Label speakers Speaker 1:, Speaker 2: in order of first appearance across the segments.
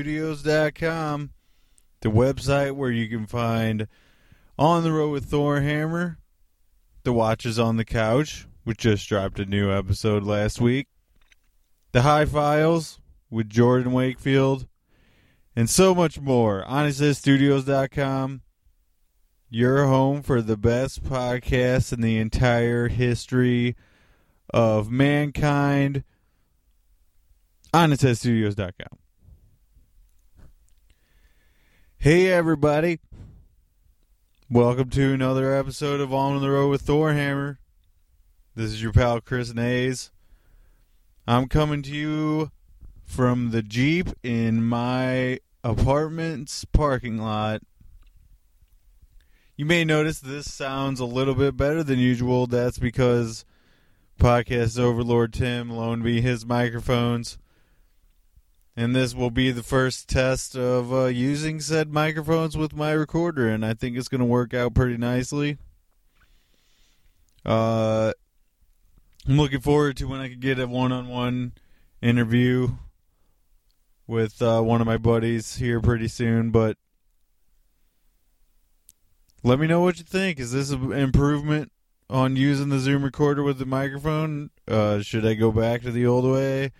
Speaker 1: OnyxEdgeStudios.com, the website where you can find On the Road with Thor Hammer, The Watches on the Couch, which just dropped a new episode last week, The High Files with Jordan Wakefield, and so much more. OnyxEdgeStudios.com, your home for the best podcast in the entire history of mankind. HonestHeadStudios.com. Hey, everybody. Welcome to another episode of On the Road with Thorhammer. This is your pal Chris Nays. I'm coming to you from the Jeep in my apartment's parking lot. You may notice this sounds a little bit better than usual. That's because podcast overlord Tim loaned me his microphones. And this will be the first test of uh, using said microphones with my recorder, and I think it's going to work out pretty nicely. Uh, I'm looking forward to when I can get a one on one interview with uh, one of my buddies here pretty soon, but let me know what you think. Is this an improvement on using the Zoom recorder with the microphone? Uh, should I go back to the old way?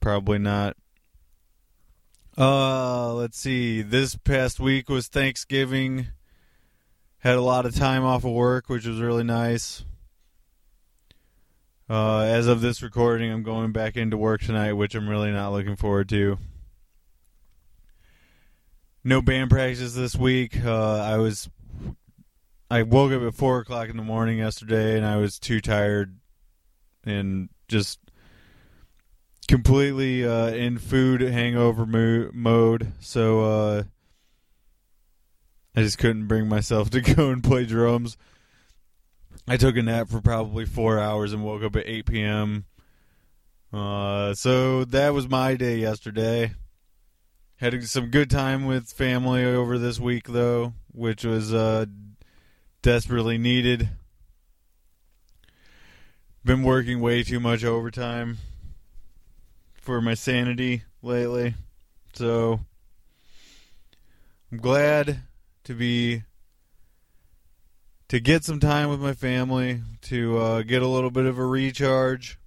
Speaker 1: Probably not. Uh, let's see. This past week was Thanksgiving. Had a lot of time off of work, which was really nice. Uh, as of this recording, I'm going back into work tonight, which I'm really not looking forward to. No band practice this week. Uh, I was I woke up at four o'clock in the morning yesterday, and I was too tired and just completely uh, in food hangover mo- mode. So uh, I just couldn't bring myself to go and play drums. I took a nap for probably four hours and woke up at eight p.m. Uh, so that was my day yesterday. Had some good time with family over this week though, which was uh, desperately needed. Been working way too much overtime for my sanity lately. So I'm glad to be to get some time with my family to uh, get a little bit of a recharge.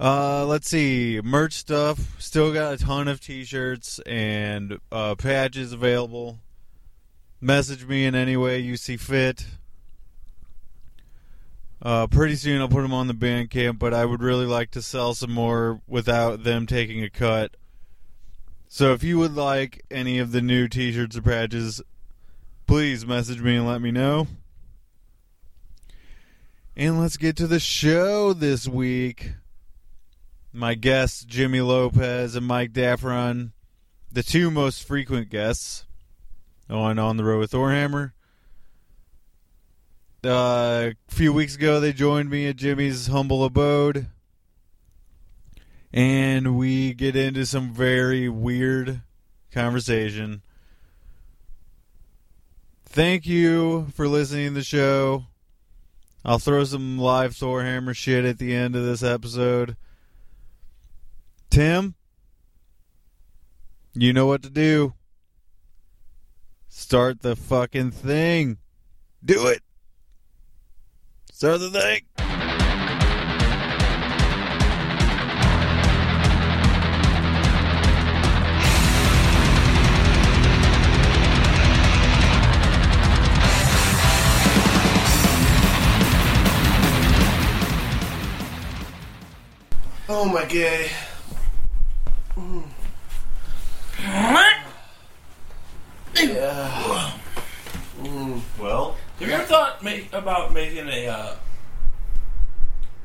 Speaker 1: Uh, let's see, merch stuff. Still got a ton of t-shirts and uh, patches available message me in any way you see fit. Uh, pretty soon I'll put them on the Bandcamp, but I would really like to sell some more without them taking a cut. So if you would like any of the new T-shirts or patches, please message me and let me know. And let's get to the show this week. My guests, Jimmy Lopez and Mike Daffron, the two most frequent guests on on the road with Thorhammer. Uh, a few weeks ago, they joined me at Jimmy's humble abode, and we get into some very weird conversation. Thank you for listening to the show. I'll throw some live Thorhammer shit at the end of this episode. Tim, you know what to do. Start the fucking thing. Do it. Start the thing.
Speaker 2: Oh my gay.
Speaker 3: Mm.
Speaker 1: Well,
Speaker 4: Have you ever thought ma- about making a uh,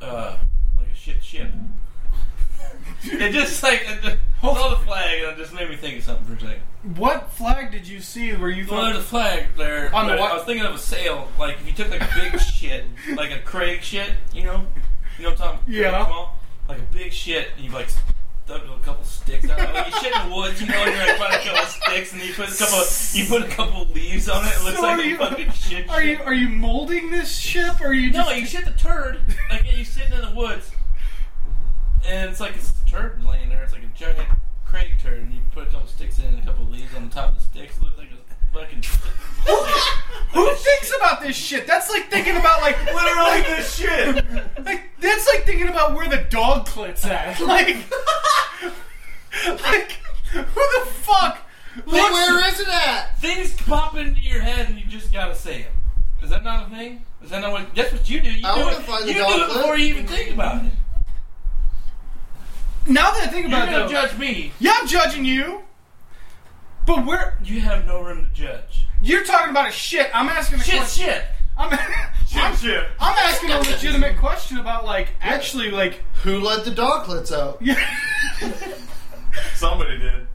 Speaker 4: uh, like a shit ship? it just like it just, saw the flag and it just made me think of something for a second.
Speaker 3: What flag did you see where you
Speaker 4: Well,
Speaker 3: thought?
Speaker 4: there's a flag there.
Speaker 3: On the
Speaker 4: but
Speaker 3: what?
Speaker 4: I was thinking of a sail. Like if you took like a big shit, like a Craig shit, you know, you know what I'm talking
Speaker 3: Yeah.
Speaker 4: Craig Small? Like a big shit, and you like stuck a couple sticks. Out. Like you shit in the woods, you know, and you're like find a couple sticks, and you put a couple, you put a couple leaves on it. It looks
Speaker 3: So
Speaker 4: like
Speaker 3: are
Speaker 4: a
Speaker 3: you-
Speaker 4: fucking shit.
Speaker 3: Are
Speaker 4: ship.
Speaker 3: you are you molding this ship? Or are you
Speaker 4: No,
Speaker 3: just
Speaker 4: you shit the turd. Like you're sitting in the woods, and it's like it's a turd laying there. It's like a giant crate turd, and you put a couple sticks in and a couple leaves on the top of the sticks. It looks like a fucking.
Speaker 3: Who thinks about this shit? That's like thinking about like literally this shit. Like that's like thinking about where the dog clit's at. Like, like who the fuck?
Speaker 2: But
Speaker 3: looks-
Speaker 2: where is it at?
Speaker 4: Things pop into your head, and you just gotta say it. Is that not a thing? Is that not what? That's what you do. You
Speaker 2: I
Speaker 4: do
Speaker 2: wanna
Speaker 4: it.
Speaker 2: find the
Speaker 4: you do
Speaker 2: dog
Speaker 4: it
Speaker 2: clip.
Speaker 4: before you even think about it.
Speaker 3: now that I think
Speaker 4: You're
Speaker 3: about
Speaker 4: gonna
Speaker 3: it, though,
Speaker 4: judge me.
Speaker 3: yeah, I'm judging you. But where
Speaker 4: You have no room to judge.
Speaker 3: you're talking about a shit, I'm asking a
Speaker 4: Shit,
Speaker 3: question.
Speaker 4: shit.
Speaker 3: I'm, I'm,
Speaker 4: shit.
Speaker 3: I'm asking a legitimate question about like actually like
Speaker 2: Who let the doglets out?
Speaker 4: Somebody did.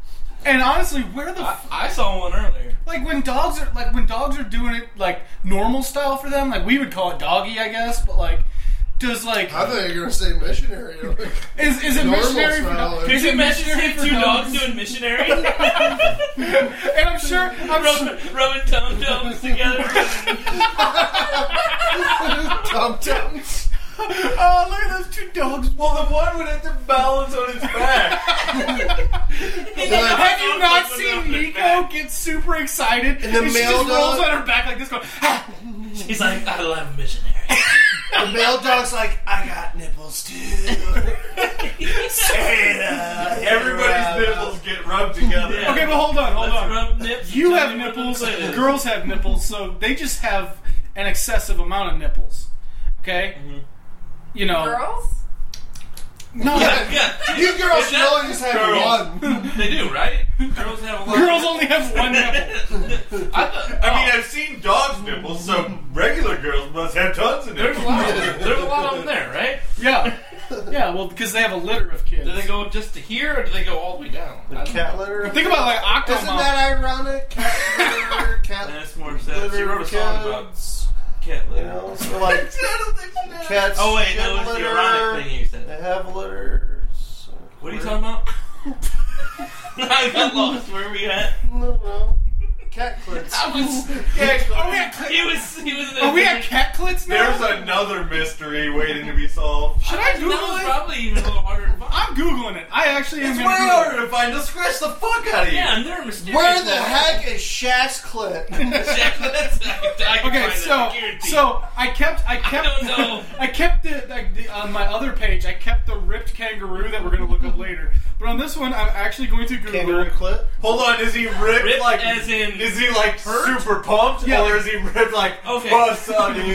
Speaker 3: and honestly where the
Speaker 4: I, I saw one earlier.
Speaker 3: Like when dogs are like when dogs are doing it like normal style for them, like we would call it doggy, I guess. But like, does like
Speaker 2: I thought you were gonna say missionary.
Speaker 3: is is it
Speaker 2: normal
Speaker 3: missionary for
Speaker 2: style.
Speaker 3: dogs?
Speaker 2: Could
Speaker 4: Could
Speaker 3: Is
Speaker 4: you
Speaker 3: it
Speaker 4: imagine
Speaker 3: missionary
Speaker 4: seeing
Speaker 3: for
Speaker 4: two dogs
Speaker 3: dogs?
Speaker 4: doing missionary?
Speaker 3: And I'm sure I'm sure,
Speaker 4: rubbing, rubbing tum tums together.
Speaker 2: Tom Tom.
Speaker 3: Oh, look at those two dogs. Well, the one would have to balance on its back. Have you not seen Nico get super excited?
Speaker 2: the
Speaker 3: And she
Speaker 2: male
Speaker 3: just rolls
Speaker 2: dog-
Speaker 3: on her back like this, going. "Ah,
Speaker 4: He's like, I love missionary.
Speaker 2: The male dog's like, I got nipples too.
Speaker 5: Everybody's nipples get rubbed together.
Speaker 4: Yeah.
Speaker 3: Okay, but hold on, hold
Speaker 4: Let's
Speaker 3: on.
Speaker 4: rub nips.
Speaker 3: You
Speaker 4: Tell
Speaker 3: have
Speaker 4: me what the
Speaker 3: nipples.
Speaker 4: plate is.
Speaker 3: Girls have nipples, so they just have an excessive amount of nipples. Okay,
Speaker 4: Mm-hmm.
Speaker 3: you know.
Speaker 6: Girls?
Speaker 3: No,
Speaker 2: Yeah.
Speaker 4: Yeah,
Speaker 2: You girls
Speaker 4: Is
Speaker 2: should
Speaker 4: that-
Speaker 2: only just have one.
Speaker 4: they do, right? Girls have a lot.
Speaker 3: girls only have one nipple.
Speaker 4: I, thought,
Speaker 5: I mean, I've seen dogs' nipples, so regular girls must have tons of
Speaker 4: there's a
Speaker 5: nipples.
Speaker 4: lot. Of them. There's a lot of them there, right?
Speaker 3: Yeah, yeah. Well, because they have a litter of kids.
Speaker 4: Do they go just to here, or do they go all the way down? I don't
Speaker 2: Cat
Speaker 4: know.
Speaker 2: litter.
Speaker 3: Think about like
Speaker 2: Isn't
Speaker 3: Octomom.
Speaker 2: that ironic? Cat litter, cat
Speaker 4: That's more sad. She
Speaker 2: litter,
Speaker 4: wrote a song about
Speaker 2: cats.
Speaker 4: cat
Speaker 2: You
Speaker 4: litter.
Speaker 2: know, so like cats.
Speaker 4: Oh wait,
Speaker 2: shed
Speaker 4: that was the
Speaker 2: litter,
Speaker 4: ironic thing you
Speaker 2: They
Speaker 4: said.
Speaker 2: have litter. so-
Speaker 4: What are you talking about? I got lost. Where are we at?
Speaker 2: No, no. Cat clits.
Speaker 4: I was.
Speaker 3: Are we at
Speaker 4: He
Speaker 3: cl-
Speaker 4: was. He was.
Speaker 3: are we at cat clits now?
Speaker 5: There's another mystery waiting to be solved.
Speaker 3: Should I
Speaker 4: That
Speaker 3: Google
Speaker 4: was
Speaker 3: it?
Speaker 4: probably even a little harder to find.
Speaker 3: I'm googling it. I actually am.
Speaker 5: It's way
Speaker 3: gonna Google it.
Speaker 5: harder to find. Just scratch the fuck out of you.
Speaker 4: Yeah, and they're mysterious.
Speaker 2: Where the
Speaker 4: little-
Speaker 2: heck is Shaq's clit?
Speaker 4: Jack, that's, I, I can
Speaker 3: Okay,
Speaker 4: find
Speaker 3: so
Speaker 4: that, guaranteed.
Speaker 3: so I kept I kept
Speaker 4: don't know.
Speaker 3: I kept the, like the on my other page I kept the ripped kangaroo that we're gonna look up later. But on this one, I'm actually going to Google
Speaker 2: Kangaroo
Speaker 3: it.
Speaker 2: clit.
Speaker 5: Hold on, is he ripped,
Speaker 4: Ripped
Speaker 5: like
Speaker 4: as in
Speaker 5: is he like
Speaker 4: hurt?
Speaker 5: super pumped,
Speaker 3: Yeah.
Speaker 5: or is he ripped like
Speaker 4: Okay.
Speaker 5: what's up, dude?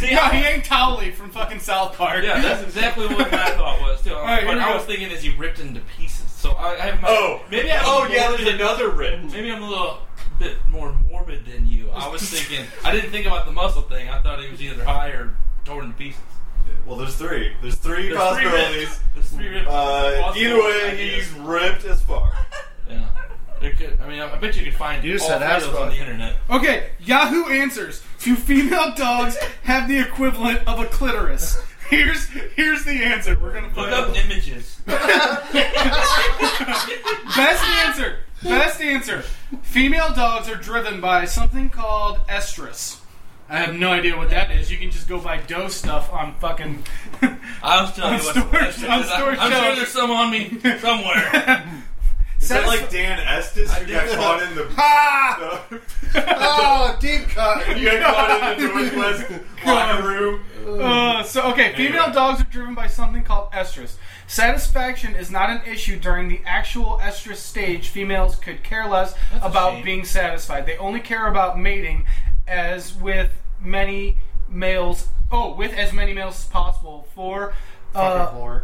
Speaker 4: See,
Speaker 3: no,
Speaker 4: I-
Speaker 3: he ain't Towley from fucking South Park.
Speaker 4: Yeah, that's exactly what my thought was too.
Speaker 3: right, here
Speaker 4: but
Speaker 3: we
Speaker 4: I
Speaker 3: go.
Speaker 4: was thinking is he ripped into pieces. So I, I have my
Speaker 5: Oh,
Speaker 4: maybe I
Speaker 5: oh yeah, there's
Speaker 4: another.
Speaker 5: another rip.
Speaker 4: Maybe I'm a little bit more morbid than you. I was thinking I didn't think about the muscle thing. I thought he was either high or torn to pieces.
Speaker 5: Well, there's three. There's three
Speaker 4: There's three
Speaker 5: possibilities.
Speaker 4: ribs. There's three ribs.
Speaker 5: Uh,
Speaker 4: Possible
Speaker 5: either way,
Speaker 4: ideas.
Speaker 5: he's ripped as fuck.
Speaker 4: yeah. There could, I mean, I I bet you could find
Speaker 2: You
Speaker 4: all
Speaker 2: said
Speaker 4: three of those on
Speaker 2: asphalt.
Speaker 4: the internet.
Speaker 3: Okay, Yahoo answers. Do female dogs have the equivalent of a clitoris? Here's here's the answer. We're gonna
Speaker 4: Look
Speaker 3: put it up.
Speaker 4: up images.
Speaker 3: Best answer. Best answer. Female dogs are driven by something called estrus. I have no idea what that is. You can just go buy dough stuff on fucking.
Speaker 4: I was telling
Speaker 3: On
Speaker 4: you what
Speaker 3: storage-
Speaker 4: the
Speaker 3: on
Speaker 4: message is. I-
Speaker 3: storage
Speaker 4: I'm sure
Speaker 3: shelves.
Speaker 4: there's some on me somewhere.
Speaker 5: Is that
Speaker 3: Satis-
Speaker 5: like Dan Estes who got caught in the
Speaker 3: ah!
Speaker 2: Oh, deep cut.
Speaker 5: you got caught in the Northwest locker room?
Speaker 3: Uh, so okay, female dogs are driven by something called estrus. Satisfaction is not an issue during the actual estrus stage. Females could care less
Speaker 4: a
Speaker 3: about
Speaker 4: shame.
Speaker 3: being satisfied. They only care about mating, as with many males. Oh, with as many males as possible for. Uh,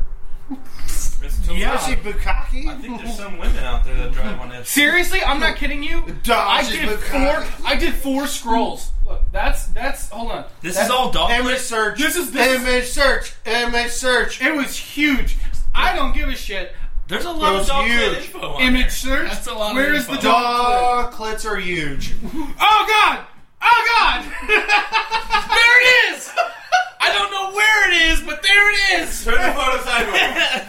Speaker 4: It's too
Speaker 3: Yeah.
Speaker 4: much.
Speaker 2: She Bukaki?
Speaker 4: I think there's some women out there that drive on this.
Speaker 3: seriously, I'm not kidding you. I
Speaker 2: Dodge is
Speaker 3: did
Speaker 2: Bukaki.
Speaker 3: four. I did four scrolls. Look, that's that's. Hold on.
Speaker 4: This
Speaker 3: That-
Speaker 4: is all dog.
Speaker 2: Image search.
Speaker 3: This is- this is-
Speaker 2: Image search. Image search.
Speaker 3: It was huge. I don't give a shit.
Speaker 4: There's a lot of
Speaker 2: Those
Speaker 4: dog
Speaker 2: huge
Speaker 4: info on
Speaker 3: Image
Speaker 4: there.
Speaker 3: search.
Speaker 4: That's a lot of
Speaker 3: Where is
Speaker 4: info.
Speaker 3: the dog?
Speaker 2: Dog Uh, clits are huge.
Speaker 3: Oh God! Oh God! there it is!
Speaker 4: I don't know where it is, but there it is.
Speaker 5: Turn the photo sideways.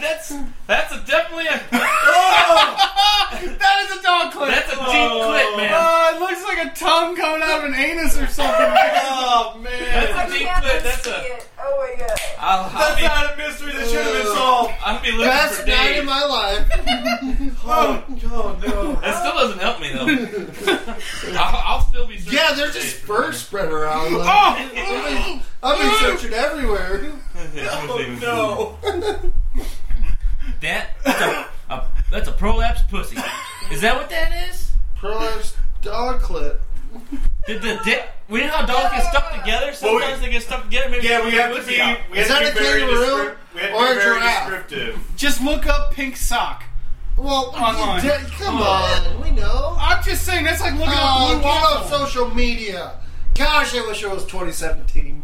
Speaker 4: that's that's a definitely a
Speaker 3: That is a dog clip.
Speaker 4: that's a deep clip, man.
Speaker 3: Oh, it looks like a tongue coming out of an anus or something.
Speaker 5: Oh man,
Speaker 4: That's a deep clip. That's a.
Speaker 6: Oh my god.
Speaker 4: I'll, I'll
Speaker 5: that's
Speaker 4: be,
Speaker 5: not a mystery that should have been solved.
Speaker 4: I'll be looking
Speaker 2: night in my life.
Speaker 3: Oh,
Speaker 2: Oh no.
Speaker 4: That still doesn't help me though. I'll, I'll still be. searching
Speaker 2: Yeah,
Speaker 4: for
Speaker 2: they're just
Speaker 4: shit.
Speaker 2: fur spread around. Like,
Speaker 3: oh,
Speaker 2: I've, been, I've been searching everywhere.
Speaker 4: Oh,
Speaker 2: No.
Speaker 4: That that's a, a that's a prolapse pussy. Is that what that is?
Speaker 2: Prolapse dog clip.
Speaker 4: Did the dick? We know how dogs get stuck together. Sometimes
Speaker 5: Well, we-
Speaker 4: they get stuck together. Maybe
Speaker 5: Yeah, we
Speaker 4: they're
Speaker 5: have to
Speaker 4: pussy
Speaker 5: be.
Speaker 4: out.
Speaker 5: We
Speaker 2: Is
Speaker 5: have to
Speaker 2: that
Speaker 5: be
Speaker 2: a
Speaker 5: very
Speaker 2: kangaroo
Speaker 5: descript- we have to
Speaker 2: or
Speaker 5: be
Speaker 2: a
Speaker 5: very
Speaker 2: giraffe?
Speaker 5: descriptive.
Speaker 3: just look up pink sock.
Speaker 2: Well,
Speaker 3: Online.
Speaker 2: you did- come on, we know.
Speaker 3: I'm just saying that's like looking
Speaker 2: Oh,
Speaker 3: up
Speaker 2: give
Speaker 3: blue waffle.
Speaker 2: up social media. Gosh, I wish it was 2017.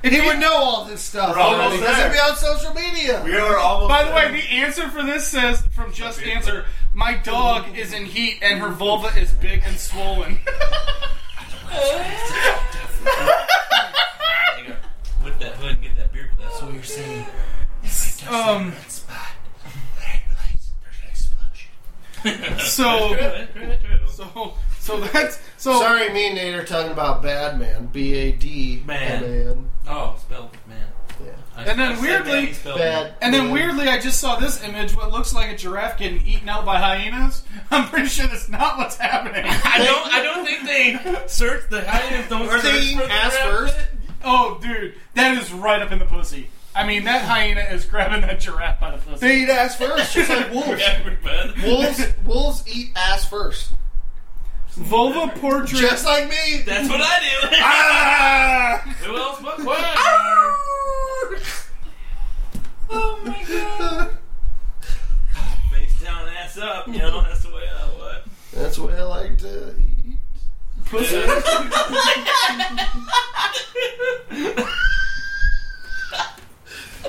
Speaker 3: If
Speaker 2: He
Speaker 3: you-
Speaker 2: would know all this stuff.
Speaker 5: We're almost
Speaker 2: already, 'cause
Speaker 5: there.
Speaker 2: It'd be on social media.
Speaker 5: We are almost.
Speaker 3: By the way,
Speaker 5: there.
Speaker 3: the answer for this says from Just Answer, my dog is in heat and her vulva is big and swollen.
Speaker 4: There you go. Lift that hood and get that beer clip.
Speaker 2: What you're saying.
Speaker 3: Um,
Speaker 4: Oh.
Speaker 3: so,
Speaker 4: So,
Speaker 3: so, so that's so.
Speaker 2: Sorry, me and Nate are talking about Bad Man. B A D.
Speaker 4: Man.
Speaker 2: Man.
Speaker 4: oh, spelled man.
Speaker 2: Yeah.
Speaker 4: I-
Speaker 3: And then
Speaker 4: I said
Speaker 3: weirdly-
Speaker 4: that, he spelled
Speaker 2: Bad.
Speaker 3: And then
Speaker 2: Man.
Speaker 3: weirdly, I just saw this image. What looks like a giraffe getting eaten out by hyenas. I'm pretty sure that's not what's happening.
Speaker 4: I don't. I don't think they search the hyenas. Don't
Speaker 2: Are they
Speaker 4: search
Speaker 2: eating
Speaker 4: for the
Speaker 2: ass
Speaker 4: rabbit.
Speaker 2: first?
Speaker 3: Oh, dude, that is right up in the pussy. I mean, that hyena is grabbing that giraffe by the pussy.
Speaker 2: They eat ass first, just like wolves.
Speaker 4: Yeah, we're bad.
Speaker 2: wolves. Wolves eat ass first,
Speaker 3: Vulva portrait.
Speaker 2: just like me.
Speaker 4: That's what I
Speaker 3: Ah!
Speaker 4: do. Who else but what?
Speaker 3: Oh my god.
Speaker 4: Face down, ass up. You know that's the way I was.
Speaker 2: That's the way I like to eat.
Speaker 3: Pussy.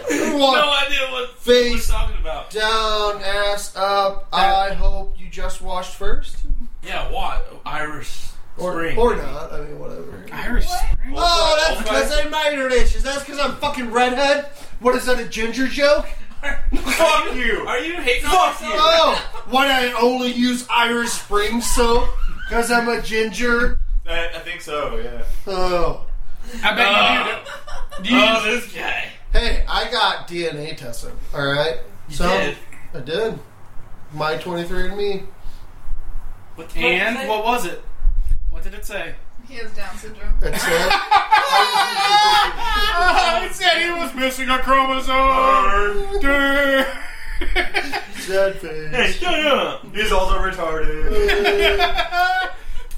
Speaker 4: No
Speaker 2: Walk
Speaker 4: idea what
Speaker 2: Face
Speaker 4: we're talking about.
Speaker 2: down, ass up.
Speaker 3: That-
Speaker 2: I hope you just washed first,
Speaker 4: Yeah, what Irish
Speaker 2: or
Speaker 4: spring
Speaker 2: or not. I mean, whatever.
Speaker 3: Irish Spring.
Speaker 2: Oh, that's
Speaker 4: Okay.
Speaker 2: because I minor dishes. That's because I'm fucking redhead. What is that? A ginger joke?
Speaker 5: fuck you.
Speaker 4: Are you hating on
Speaker 5: Fuck
Speaker 4: yourself?
Speaker 2: Oh, why did I only use Irish Spring soap? Because I'm a ginger.
Speaker 5: I, I think so. Yeah.
Speaker 2: Oh,
Speaker 3: I bet
Speaker 4: Uh,
Speaker 3: you do. do you
Speaker 4: oh, this guy.
Speaker 2: hey, I got DNA tested. All right, so
Speaker 4: did?
Speaker 2: I did. My 23andMe.
Speaker 4: What the fuck
Speaker 3: and
Speaker 4: is
Speaker 3: what was it? What did it say?
Speaker 6: He has Down syndrome.
Speaker 2: That's it.
Speaker 3: Oh, it said he was missing a chromosome.
Speaker 2: Dead
Speaker 4: that? Hey,
Speaker 2: face.
Speaker 4: shut up.
Speaker 5: He's also retarded.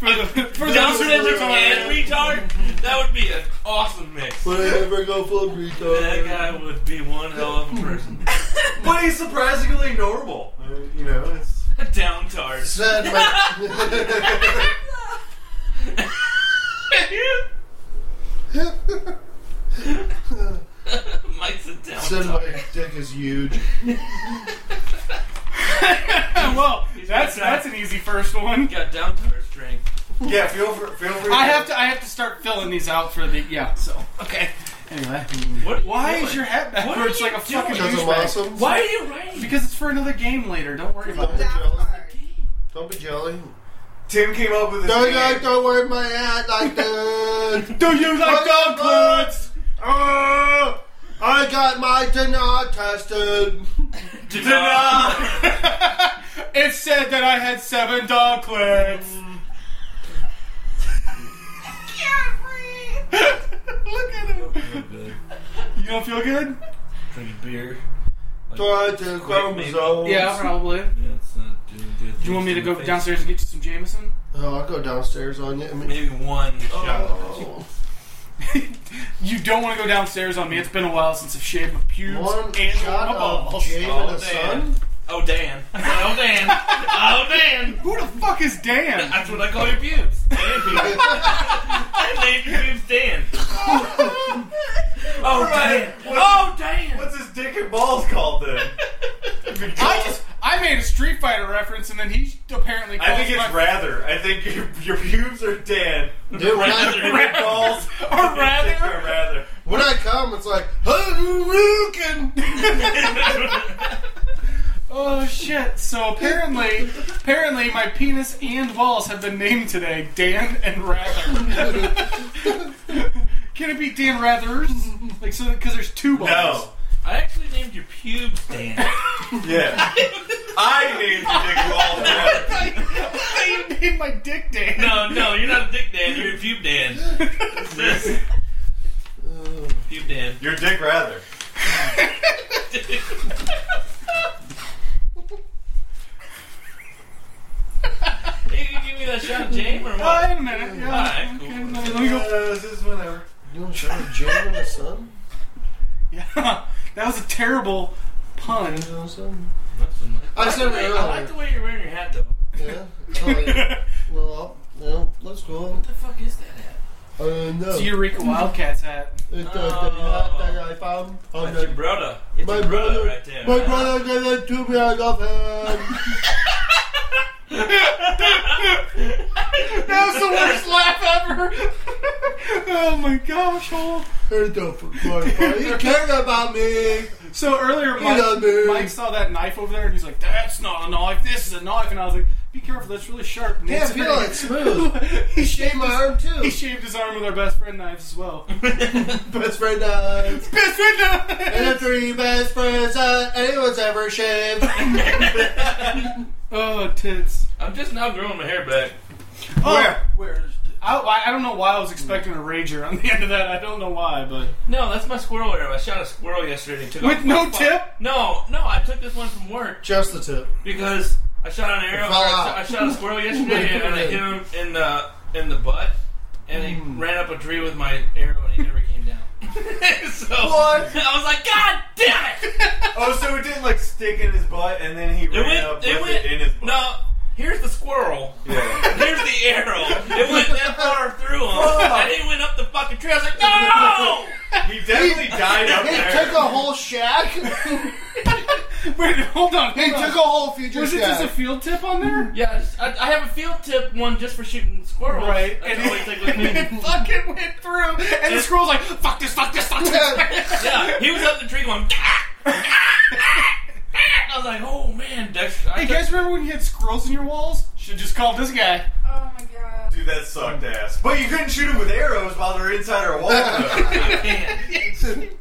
Speaker 3: for the, for the
Speaker 4: Down syndrome
Speaker 3: listeners-
Speaker 4: and retard? That would be an awesome mix.
Speaker 2: Would I ever go full oh. retard?
Speaker 4: That guy would be one hell of a person.
Speaker 5: but he's surprisingly normal. Uh, you know, it's
Speaker 4: A downtard.
Speaker 2: Said my.
Speaker 4: Mike's a downtard.
Speaker 2: said my dick is huge.
Speaker 3: well, that's that's an easy first one.
Speaker 4: Got downtard strength.
Speaker 5: yeah. Feel free. Feel free.
Speaker 3: I have to I have to start filling these out for the yeah. So okay. Anyway,
Speaker 4: What?
Speaker 3: why
Speaker 4: what-
Speaker 3: is your hat
Speaker 4: What
Speaker 3: backwards
Speaker 4: are
Speaker 3: like
Speaker 4: you
Speaker 3: a fucking
Speaker 4: doing?
Speaker 2: Because I'm
Speaker 3: douchebag?
Speaker 2: awesome.
Speaker 4: Why are you writing?
Speaker 3: Because it's for another game later. Don't worry about it.
Speaker 6: Down hard.
Speaker 2: Don't be jelly.
Speaker 5: Tim came up with this.
Speaker 2: Don't,
Speaker 5: game.
Speaker 2: don't, don't wear my hat like that.
Speaker 3: Do you like dog clothes?
Speaker 2: Oh, I got my DNA tested.
Speaker 3: It said that I had seven dog clips. Look at him. You don't feel good?
Speaker 4: Drinking beer.
Speaker 2: Try to chromosomes.
Speaker 3: probably.
Speaker 4: Yeah, it's not doing good.
Speaker 3: Do you want me to
Speaker 4: It's in
Speaker 3: go
Speaker 4: the face.
Speaker 3: downstairs and get you some Jameson?
Speaker 2: Oh, I'll go downstairs on you. I mean,
Speaker 4: Maybe one.
Speaker 2: oh.
Speaker 3: You don't want to go downstairs on me. It's been a while since I've shaved my pubes
Speaker 2: One
Speaker 3: and
Speaker 2: shot
Speaker 3: my
Speaker 2: of
Speaker 3: balls.
Speaker 2: Jave
Speaker 4: Oh,
Speaker 2: and the
Speaker 4: damn.
Speaker 2: sun.
Speaker 4: Oh, Dan. Oh, Dan. Oh, Dan.
Speaker 3: Who the fuck is Dan?
Speaker 4: That's what I call your pubes. Dan pubes. I named your pubes Dan. Oh, Dan. Oh, Dan.
Speaker 5: What's his dick and balls called then?
Speaker 3: I just I made a Street Fighter reference and then he apparently.
Speaker 5: I
Speaker 3: calls
Speaker 5: think it's
Speaker 3: my-
Speaker 5: rather. I think your, your pubes are tan.
Speaker 2: Dude, when
Speaker 5: Your
Speaker 2: I,
Speaker 5: balls
Speaker 3: Or rather.
Speaker 5: are rather.
Speaker 2: when I come, it's like, oh, Lucan.
Speaker 3: Oh shit! So apparently, apparently, my penis and balls have been named today, Dan and Rather. Can it be Dan Rather's? Like so, because there's two balls.
Speaker 5: No.
Speaker 4: I actually named need your pubes, Dan.
Speaker 5: Yeah. I need to dig you all down.
Speaker 3: I named my dick Dan.
Speaker 4: no, no, you're not a dick, Dan. You're a pube, Dan. It's this. Pube, Dan.
Speaker 5: Oh. Your dick rather.
Speaker 4: Hey, you give me that shot of Jame or
Speaker 3: Oh,
Speaker 4: what?
Speaker 3: in a minute. Yeah.
Speaker 4: Alright,
Speaker 3: okay,
Speaker 4: cool.
Speaker 3: let me- let me go.
Speaker 5: Uh, this is whatever.
Speaker 2: You want to show a jam on the sun?
Speaker 3: Yeah. That was a terrible pun.
Speaker 2: You know what I'm saying?
Speaker 4: That's a nice-
Speaker 2: I said
Speaker 4: like the way- I
Speaker 2: earlier.
Speaker 4: like the way you're wearing your hat, though. What
Speaker 2: Yeah. Oh, yeah. well, well, that's cool.
Speaker 4: the fuck is that hat?
Speaker 2: Uh, no.
Speaker 3: It's a Eureka Wildcats hat.
Speaker 2: It's uh, the hat that I found on
Speaker 4: That's your
Speaker 2: the
Speaker 4: brother. It's
Speaker 2: My
Speaker 4: your brother,
Speaker 2: brother-
Speaker 4: right there.
Speaker 2: My
Speaker 4: right?
Speaker 2: brother gave it to me, I love him.
Speaker 3: That was the worst laugh ever. oh my gosh, Hole.
Speaker 2: It's a fucking funny. He cared about me.
Speaker 3: So earlier, Mike,
Speaker 2: love me.
Speaker 3: Mike saw that knife over there, and he's like, "That's not a knife. This is a knife." And I was like, "Be careful. That's really sharp." And
Speaker 2: Yeah,
Speaker 3: it's-
Speaker 2: feel it smooth.
Speaker 3: he
Speaker 2: Shave
Speaker 3: shaved
Speaker 2: my
Speaker 3: his,
Speaker 2: arm too.
Speaker 3: He shaved his arm with our best friend knives as well.
Speaker 2: Best friend died.
Speaker 3: best friend
Speaker 2: And the
Speaker 3: knives.
Speaker 2: three best friends that anyone's ever shaved.
Speaker 3: Oh tits.
Speaker 4: I'm just now growing my hair back.
Speaker 3: Oh,
Speaker 2: Where is the
Speaker 3: I, Oh, I- I don't know why I was expecting a rager on the end of that. I don't know why, but
Speaker 4: No, that's my squirrel arrow. I shot a squirrel yesterday and took
Speaker 3: with
Speaker 4: off
Speaker 3: no
Speaker 4: my fu-
Speaker 3: tip.
Speaker 4: No, no, I took this one from work
Speaker 2: Just the tip.
Speaker 4: because I shot an arrow.
Speaker 2: It
Speaker 4: Or
Speaker 2: fell
Speaker 4: I,
Speaker 2: out.
Speaker 4: I shot a squirrel yesterday and, I hit him in the in the butt, and he ran up a tree with my arrow and he never came down. so
Speaker 2: What?
Speaker 4: I was like, God damn it!
Speaker 5: Oh, so it didn't like stick in his butt and then he
Speaker 4: It
Speaker 5: ran
Speaker 4: went.
Speaker 5: up with
Speaker 4: It went.
Speaker 5: it in his butt.
Speaker 4: No, here's the squirrel.
Speaker 5: Yeah.
Speaker 4: Here's the arrow. It went that far through him, and he went up the fucking tree. I was like, No!
Speaker 5: He definitely died up
Speaker 2: He
Speaker 5: there.
Speaker 2: took a whole shack. he
Speaker 3: Wait, hold on. Hold on.
Speaker 2: took a whole future
Speaker 3: was it just a
Speaker 2: shack.
Speaker 3: field tip on there?
Speaker 4: Yeah, I, just- I, I have a field tip one just for shooting squirrels.
Speaker 3: Right.
Speaker 4: That's
Speaker 3: And
Speaker 4: always like
Speaker 3: it,
Speaker 4: with
Speaker 3: and it
Speaker 4: me.
Speaker 3: fucking went through. And the squirrel's like, fuck this, fuck this, fuck this.
Speaker 4: Yeah, he was up the tree going. "Ah, I was like, oh man, Dexter. I
Speaker 3: Hey,
Speaker 4: took-
Speaker 3: guys, remember when you had squirrels in your walls? Should just called this guy.
Speaker 6: Oh my god.
Speaker 5: Dude, that sucked ass. But you couldn't shoot him with arrows while they're inside our wall. though.
Speaker 4: Man,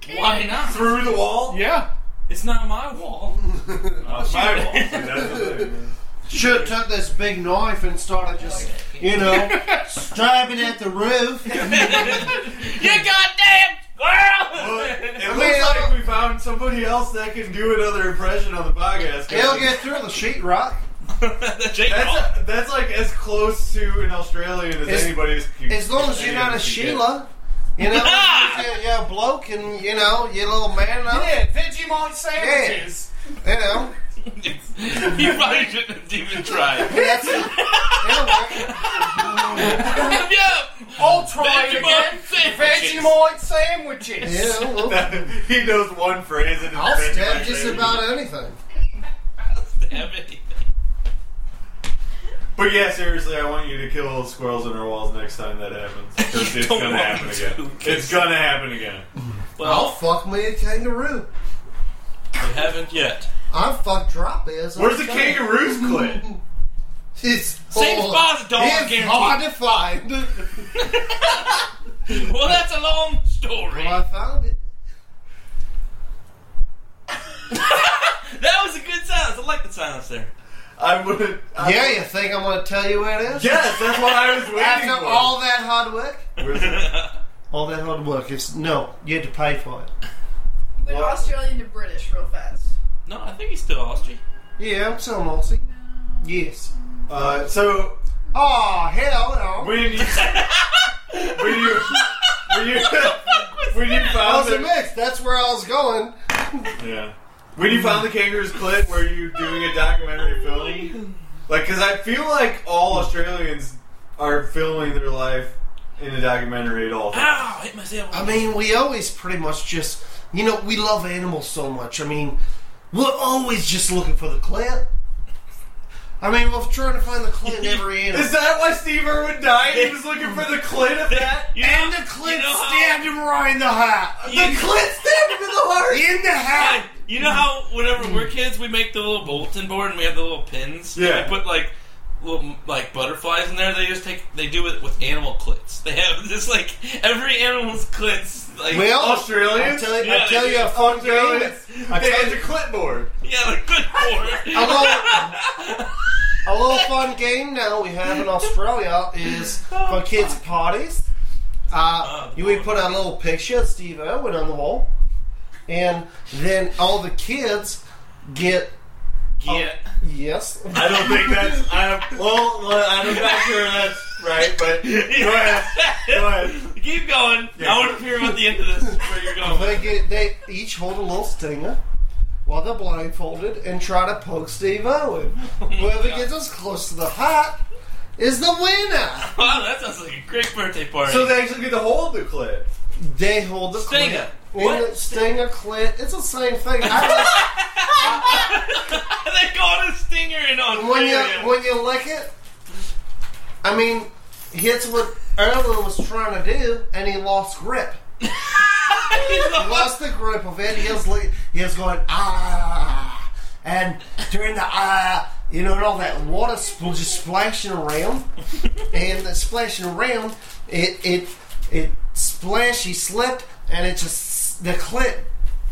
Speaker 4: why not?
Speaker 5: Through the wall?
Speaker 3: Yeah.
Speaker 4: It's not my wall.
Speaker 2: Oh,
Speaker 5: Uh, my wall. See, that's the thing.
Speaker 2: Should have took this big knife and started just, you know, stabbing at the roof.
Speaker 4: you goddamn
Speaker 5: But it
Speaker 4: squirrel!
Speaker 5: looks
Speaker 2: mean,
Speaker 5: like we found somebody else that can do another impression on the podcast.
Speaker 2: He'll get through the sheet rock.
Speaker 4: That's Jake Paul.
Speaker 5: That's, that's like as close to an Australian as
Speaker 2: As-
Speaker 5: anybody's. can-
Speaker 2: As long as you're not a
Speaker 5: can get.
Speaker 2: Sheila, you know, you're, you're a bloke and you know, you're a little man up,
Speaker 3: Yeah, Vegemite sandwiches.
Speaker 2: you know.
Speaker 4: you probably shouldn't have even tried.
Speaker 2: That's it. Anyway,
Speaker 4: yeah,
Speaker 3: I'll try it again.
Speaker 4: Vegemite sandwiches.
Speaker 3: Vegemite sandwiches.
Speaker 2: you know, look,
Speaker 5: he knows one phrase and it's
Speaker 2: I'll
Speaker 5: been
Speaker 2: stab
Speaker 5: like
Speaker 2: just
Speaker 5: that.
Speaker 2: about anything.
Speaker 4: Damn it.
Speaker 5: But yeah, seriously, I want you to kill squirrels in our walls next time that happens. 'Cause
Speaker 4: You
Speaker 5: it's
Speaker 4: don't
Speaker 5: gonna
Speaker 4: want
Speaker 5: happen
Speaker 4: me
Speaker 5: again.
Speaker 4: to.
Speaker 5: It's gonna happen again.
Speaker 2: I'll
Speaker 4: Well,
Speaker 2: fuck me a kangaroo.
Speaker 4: we haven't yet.
Speaker 2: I fuck drop is.
Speaker 5: Where's the kangaroo's clip?
Speaker 2: It's
Speaker 4: Same
Speaker 2: hard-
Speaker 4: spot's a dog,
Speaker 2: It's
Speaker 4: guaranteed.
Speaker 2: hard to find.
Speaker 4: Well, that's a long story.
Speaker 2: Well, I found it.
Speaker 4: That was a good silence. I like the silence there.
Speaker 5: I would. I,
Speaker 2: Yeah, you think I'm gonna tell you where it is?
Speaker 5: Yes, that's what I was waiting
Speaker 2: After
Speaker 5: for.
Speaker 2: all that hard work,
Speaker 5: Where's it?
Speaker 2: all that hard work, it's no. You had to pay for it.
Speaker 6: You went
Speaker 5: What?
Speaker 6: Australian to British real fast.
Speaker 4: No, I think he's still Austrian.
Speaker 2: Yeah, I'm so multi. Yes.
Speaker 5: Uh, so
Speaker 2: Oh hell no.
Speaker 5: when you when you when you when you
Speaker 2: I
Speaker 5: found
Speaker 2: was a
Speaker 5: the,
Speaker 2: mix. That's where I was going.
Speaker 5: yeah when you found the kangaroo's clip, were you doing a documentary film? Like, because I feel like all Australians are filming their life in a documentary at all. times.
Speaker 4: Ow! I hit myself.
Speaker 2: I mean, we always pretty much just, you know, we love animals so much. I mean, we're always just looking for the clip. I mean, we're trying to find the clip in every animal.
Speaker 5: Is that why Steve Irwin died? He was looking for the clit of that.
Speaker 4: you know,
Speaker 2: and the clip
Speaker 4: you know how-
Speaker 2: stabbed him right in the heart. The
Speaker 4: You-
Speaker 2: clip stabbed him in the heart. In the
Speaker 4: Hey,
Speaker 2: heart.
Speaker 4: you know how whenever we're kids, we make the little bulletin board and we have the little pins.
Speaker 5: Yeah.
Speaker 4: We put like little like butterflies in there. They just take they do it with animal clits. They have just like every animal's clits. Like
Speaker 2: Well,
Speaker 5: Australians?
Speaker 2: I'll tell you,
Speaker 4: Yeah,
Speaker 2: I'll tell you a fun game.
Speaker 5: Australians?
Speaker 2: I'll
Speaker 5: They
Speaker 2: tell
Speaker 5: had
Speaker 2: you
Speaker 5: the clipboard.
Speaker 4: yeah, like good for
Speaker 2: a little, a little fun game now we have in Australia is for kids' parties. Uh, you we put a little picture of Steve Irwin on the wall, and then all the kids get
Speaker 4: yeah.
Speaker 2: yes.
Speaker 5: I don't think that's. I don't, well, I'm not sure that's right, but go ahead. Go ahead.
Speaker 4: Keep going. I want to hear about the end of this where you're going.
Speaker 2: They get they each hold a little stinger while they're blindfolded and try to poke Steve Irwin. Whoever gets us close to the heart is the winner.
Speaker 4: Wow, that sounds like a great birthday party.
Speaker 5: So they actually get to hold the clip.
Speaker 2: They hold the
Speaker 4: Stinger.
Speaker 2: clit. And
Speaker 4: What?
Speaker 2: the Stinger clit. It's the same thing. I don't-
Speaker 4: they call it a stinger in
Speaker 2: when you
Speaker 4: Australia.
Speaker 2: when you lick it, I mean, here's what Erlen was trying to do, and he lost grip. he lost the grip of it. He was li- he was going ah, and during the ah, you know, and all that water spl- just splashing around, and the splashing around, it it it splashed. He slipped, and it just the clip,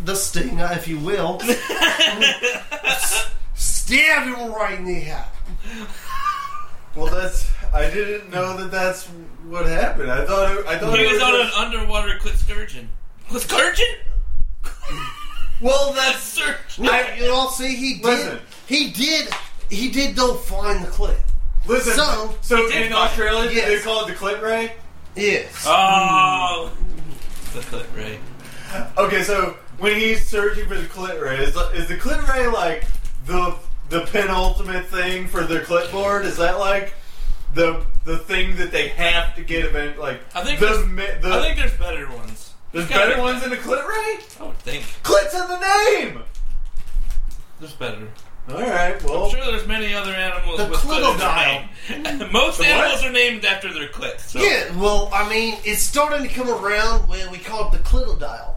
Speaker 2: the stinger, if you will, s- stabbed him right in the head.
Speaker 5: Well, that's. I didn't know that that's what happened. I thought. It, I thought
Speaker 4: he
Speaker 5: it
Speaker 4: was
Speaker 5: was
Speaker 4: on an
Speaker 5: just-
Speaker 4: underwater clitscurgeon. Clitscurgeon?
Speaker 5: Well,
Speaker 4: That's
Speaker 5: that's.
Speaker 4: search.
Speaker 2: No, you don't see. He did.
Speaker 5: Listen.
Speaker 2: He did. He did. Don't find the clip.
Speaker 5: Listen.
Speaker 2: So-
Speaker 5: So,
Speaker 4: He did find
Speaker 5: in
Speaker 4: it.
Speaker 5: Australia,
Speaker 2: Yes.
Speaker 5: they call it the clip ray.
Speaker 2: Yes.
Speaker 4: Oh, the clit ray.
Speaker 5: Okay, so when he's searching for the clit ray, is, is the clit ray like the the penultimate thing for their clipboard? Is that like the the thing that they have to get event like
Speaker 4: I think
Speaker 5: the,
Speaker 4: there's-
Speaker 5: mi- the
Speaker 4: I think there's better ones.
Speaker 5: there's
Speaker 4: gotta
Speaker 5: better
Speaker 4: be-
Speaker 5: ones than the clit ray?
Speaker 4: I would think
Speaker 5: Clit's in the name.
Speaker 4: there's better.
Speaker 5: All right, well,
Speaker 4: I'm sure there's many other animals
Speaker 2: The
Speaker 4: with
Speaker 2: clitodile.
Speaker 4: clits. in their name. Most
Speaker 5: The what?
Speaker 4: animals are named after their clit. So.
Speaker 2: yeah. Well, I mean, it's starting to come around where we call it the clitodile.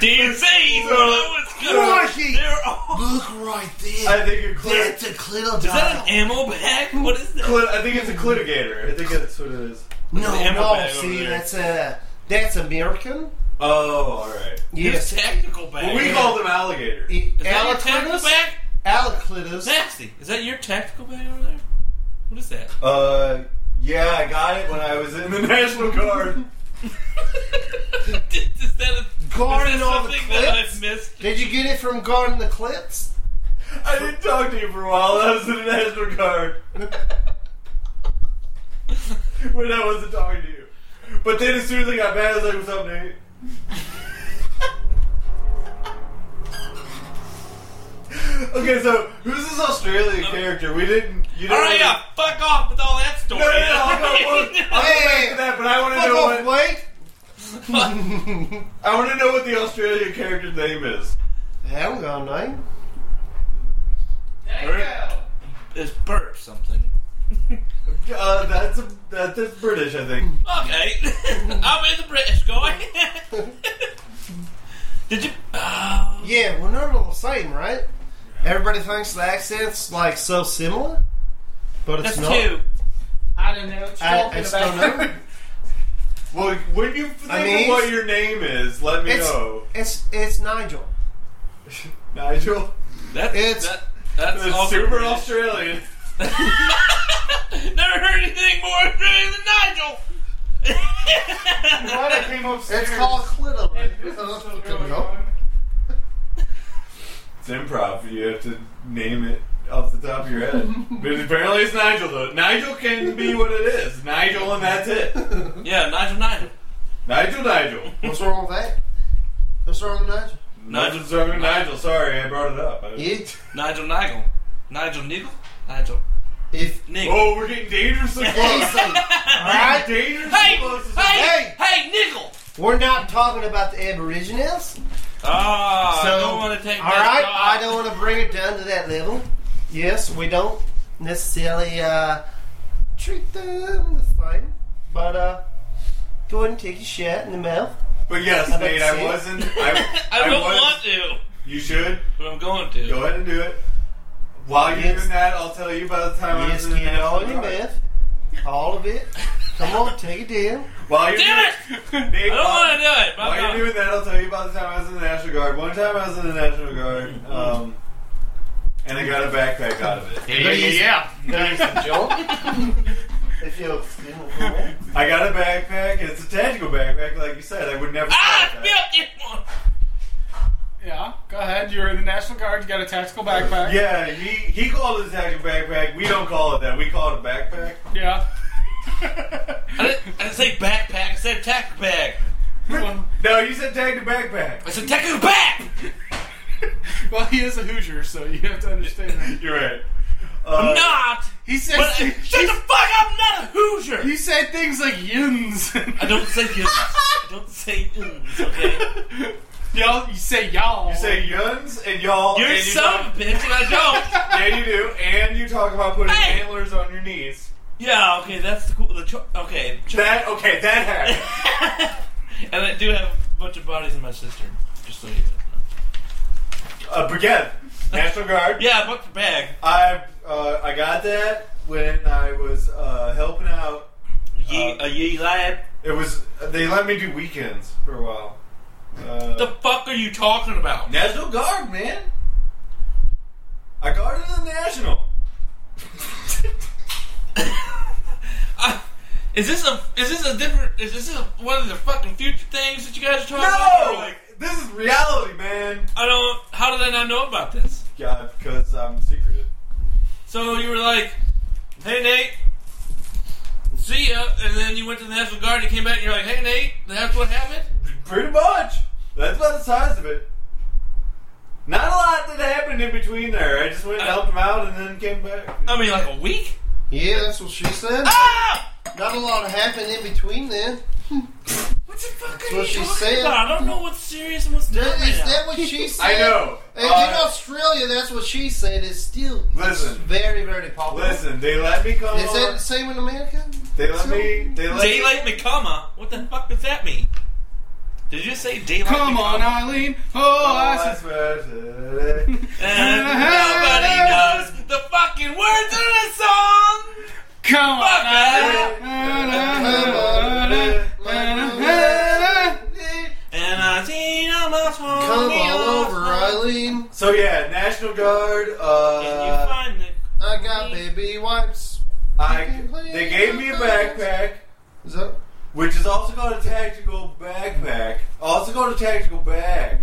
Speaker 4: DNC, bro. That was
Speaker 2: Crikey.
Speaker 4: good. They're all-
Speaker 2: Look right
Speaker 5: I
Speaker 2: there.
Speaker 5: think a clit,
Speaker 2: That's a clitodile.
Speaker 4: Is that an ammo bag? What is that?
Speaker 5: clit I think it's a clitigator. I think that's what it is.
Speaker 2: no,
Speaker 4: an ammo
Speaker 2: no.
Speaker 4: bag over
Speaker 2: See,
Speaker 4: there.
Speaker 2: that's a that's American.
Speaker 5: Oh, all right.
Speaker 4: There's
Speaker 2: Yes.
Speaker 4: tactical bag.
Speaker 5: Well, we call them alligators.
Speaker 2: It-
Speaker 4: Is that your tactical
Speaker 2: Alaclitus.
Speaker 4: bag?
Speaker 2: Alaclitus.
Speaker 4: Nasty. Is that your tactical bag over there? What is that?
Speaker 5: Uh, yeah, I got it when I was in the National Guard.
Speaker 4: is that a
Speaker 2: Guarding
Speaker 4: is that
Speaker 2: all the
Speaker 4: something that
Speaker 2: clits?
Speaker 4: I've missed?
Speaker 2: Did you get it from Garden the Clits?
Speaker 5: I didn't talk to you for a while. I was in the National Guard. when I wasn't talking to you. But then as soon as I got back, I was like, what's up, Nate? okay, so who's this Australian character? We didn't. You didn't.
Speaker 4: All right,
Speaker 5: really-
Speaker 4: yeah, fuck off with all that story.
Speaker 5: No, no, no. I'll go, I'll go back to that, but I want to know
Speaker 2: Fuck off,
Speaker 5: what.
Speaker 2: Wade.
Speaker 5: I want to know what the Australian character's name is.
Speaker 2: I haven't got a name.
Speaker 3: There you go.
Speaker 4: It's burp something.
Speaker 5: Uh, that's a, that, that's British, I think.
Speaker 4: Okay, I'm in the British guy. Did you? Oh,
Speaker 2: Yeah, we're not all the same, right? Everybody thinks the accent's like so similar, but it's
Speaker 4: that's
Speaker 2: not.
Speaker 4: two.
Speaker 3: I don't know what you're
Speaker 2: I- I
Speaker 3: talking
Speaker 2: still
Speaker 3: about.
Speaker 2: know.
Speaker 5: Well, when you think
Speaker 2: I mean,
Speaker 5: of what your name is, let me
Speaker 2: It's,
Speaker 5: know.
Speaker 2: it's it's Nigel.
Speaker 5: Nigel.
Speaker 4: That,
Speaker 2: It's-
Speaker 4: that, that's
Speaker 5: The
Speaker 4: also
Speaker 5: super
Speaker 4: British.
Speaker 5: Australian.
Speaker 4: Never heard anything more Australian than Nigel.
Speaker 3: Glad I came upstairs.
Speaker 2: It's called Clitum.
Speaker 3: And this is still going on.
Speaker 5: It's improv. You have to name it off the top of your head. but apparently it's Nigel, though. Nigel can be what it is. Nigel, and that's it.
Speaker 4: Yeah, Nigel, Nigel.
Speaker 5: Nigel, Nigel.
Speaker 2: What's wrong with that? What's wrong with Nigel?
Speaker 5: Nigel, sorry, Nigel. Sorry, I brought it up. I-
Speaker 2: It,
Speaker 4: Nigel, Nigel. Nigel, Nigel. Nigel,
Speaker 2: if
Speaker 4: Nigel.
Speaker 5: Oh, we're getting dangerously close.
Speaker 2: anything,
Speaker 5: We're
Speaker 2: right?
Speaker 5: getting dangerously
Speaker 4: Hey,
Speaker 5: close. to-
Speaker 4: hey, hey, Nigel.
Speaker 2: We're not talking about the Aborigines.
Speaker 4: Ah,
Speaker 2: So,
Speaker 4: I don't want to take
Speaker 2: All
Speaker 4: that
Speaker 2: right,
Speaker 4: job.
Speaker 2: I don't want to bring it down to that level. Yes, we don't necessarily uh, treat them the same, but uh, go ahead and take your shot in the mouth.
Speaker 5: But yes,
Speaker 2: I'd like
Speaker 5: Nate,
Speaker 2: to see
Speaker 5: I
Speaker 2: it.
Speaker 5: wasn't. I,
Speaker 4: I don't
Speaker 5: was,
Speaker 4: want to.
Speaker 5: You should.
Speaker 4: But I'm going to.
Speaker 5: Go ahead and do it. While you're
Speaker 2: Yes.
Speaker 5: doing that, I'll tell you by the time
Speaker 2: Yes,
Speaker 5: I'm in the
Speaker 2: get all
Speaker 5: National
Speaker 2: your
Speaker 5: Guard.
Speaker 2: meth. All of it. Come on, take a deal.
Speaker 5: While you're
Speaker 4: Damn
Speaker 5: doing, Nate,
Speaker 4: I don't
Speaker 5: while-
Speaker 4: want to do it. but
Speaker 5: While
Speaker 4: I'm
Speaker 5: you're doing that, I'll tell you about the time I was in the National Guard. One time I was in the National Guard, um, and I got a backpack out of it.
Speaker 3: Yeah, yeah, yeah.
Speaker 2: There's some junk. if you didn't come in.
Speaker 5: I got a backpack, and it's a tactical backpack, like you said. I would never.
Speaker 4: Ah,
Speaker 5: carry that.
Speaker 4: built it.
Speaker 3: Yeah, go ahead. You're in the National Guard. You got a tactical backpack.
Speaker 5: Yeah, he, he called it a tactical backpack. We don't call it that. We call it a backpack.
Speaker 3: Yeah.
Speaker 4: I didn't, I didn't say backpack. I said tech bag.
Speaker 3: well,
Speaker 5: No, you said tactical backpack.
Speaker 4: I said tech back.
Speaker 3: well, he is a Hoosier, so you have to understand that.
Speaker 5: You're right.
Speaker 4: I'm
Speaker 5: Uh,
Speaker 4: not.
Speaker 3: He said,
Speaker 4: But I, shut the fuck up. I'm not a Hoosier.
Speaker 3: he said things like yins.
Speaker 4: I don't say yins. I don't say yins, okay?
Speaker 3: y'all, you say y'all.
Speaker 5: You say yuns and y'all.
Speaker 4: You're
Speaker 5: and you
Speaker 4: some
Speaker 5: talk-
Speaker 4: bitch, and I don't.
Speaker 5: Yeah, you do. And you talk about putting
Speaker 4: Hey!
Speaker 5: antlers on your knees.
Speaker 4: Yeah, okay, that's the cool. The cho- okay, cho-
Speaker 5: That okay? That happened.
Speaker 4: and I do have a bunch of bodies in my cistern. Just so you know.
Speaker 5: uh, but yeah, National Guard.
Speaker 4: Yeah, I booked a bag.
Speaker 5: I uh, I got that when I was uh, helping out.
Speaker 4: Ye,
Speaker 5: Uh,
Speaker 4: a ye lab.
Speaker 5: It was they let me do weekends for a while.
Speaker 4: The
Speaker 5: Uh,
Speaker 4: fuck are you talking about?
Speaker 5: National Guard, man. I guarded the national.
Speaker 4: I, is this a is this a different? Is this a, one of the fucking future things that you guys are talking about? Or
Speaker 5: No,
Speaker 4: Like,
Speaker 5: this is reality, man.
Speaker 4: I don't. How did I not know about this?
Speaker 5: Yeah, because I'm secretive.
Speaker 4: So you were like, "Hey Nate, see ya," and then you went to the National Guard and came back and you're like, "Hey Nate, that's what happened."
Speaker 5: Pretty much. That's about the size of it. Not a lot that happened in between there. I just went and helped him out and then came back.
Speaker 4: I mean, like a week.
Speaker 2: Yeah, that's what she said.
Speaker 4: Ah!
Speaker 2: Not a lot happened in between then.
Speaker 4: What the fuck are
Speaker 2: what
Speaker 4: you
Speaker 2: she
Speaker 4: talking
Speaker 2: said.
Speaker 4: about? I don't know what's serious and what's not.
Speaker 2: That, is
Speaker 4: Right now.
Speaker 2: that what she said?
Speaker 5: I know.
Speaker 2: And in
Speaker 5: Uh,
Speaker 2: Australia, that's what she said. It's still
Speaker 5: Listen.
Speaker 2: very, very popular.
Speaker 5: Listen, they let me come.
Speaker 2: Is that
Speaker 5: on-
Speaker 2: the same in America?
Speaker 5: They let me. They let
Speaker 4: Daylight Mikama? What the fuck does that mean? Did you say daylight?
Speaker 3: Come on,
Speaker 4: Mikama?
Speaker 3: Eileen. Oh,
Speaker 5: Oh,
Speaker 3: I
Speaker 5: I
Speaker 3: said,
Speaker 5: swear to you.
Speaker 4: And nobody knows the fucking words of the song.
Speaker 3: come
Speaker 4: Fuck
Speaker 3: on.
Speaker 4: that.
Speaker 3: Eileen.
Speaker 4: And I seen a much more.
Speaker 2: Come all over, Eileen.
Speaker 5: So yeah, National Guard.
Speaker 4: Can
Speaker 5: Uh,
Speaker 4: you find the?
Speaker 2: I got baby wipes.
Speaker 5: I they gave me a backpack,
Speaker 2: Is that?
Speaker 5: which is also called a tactical backpack. Also called a tactical bag.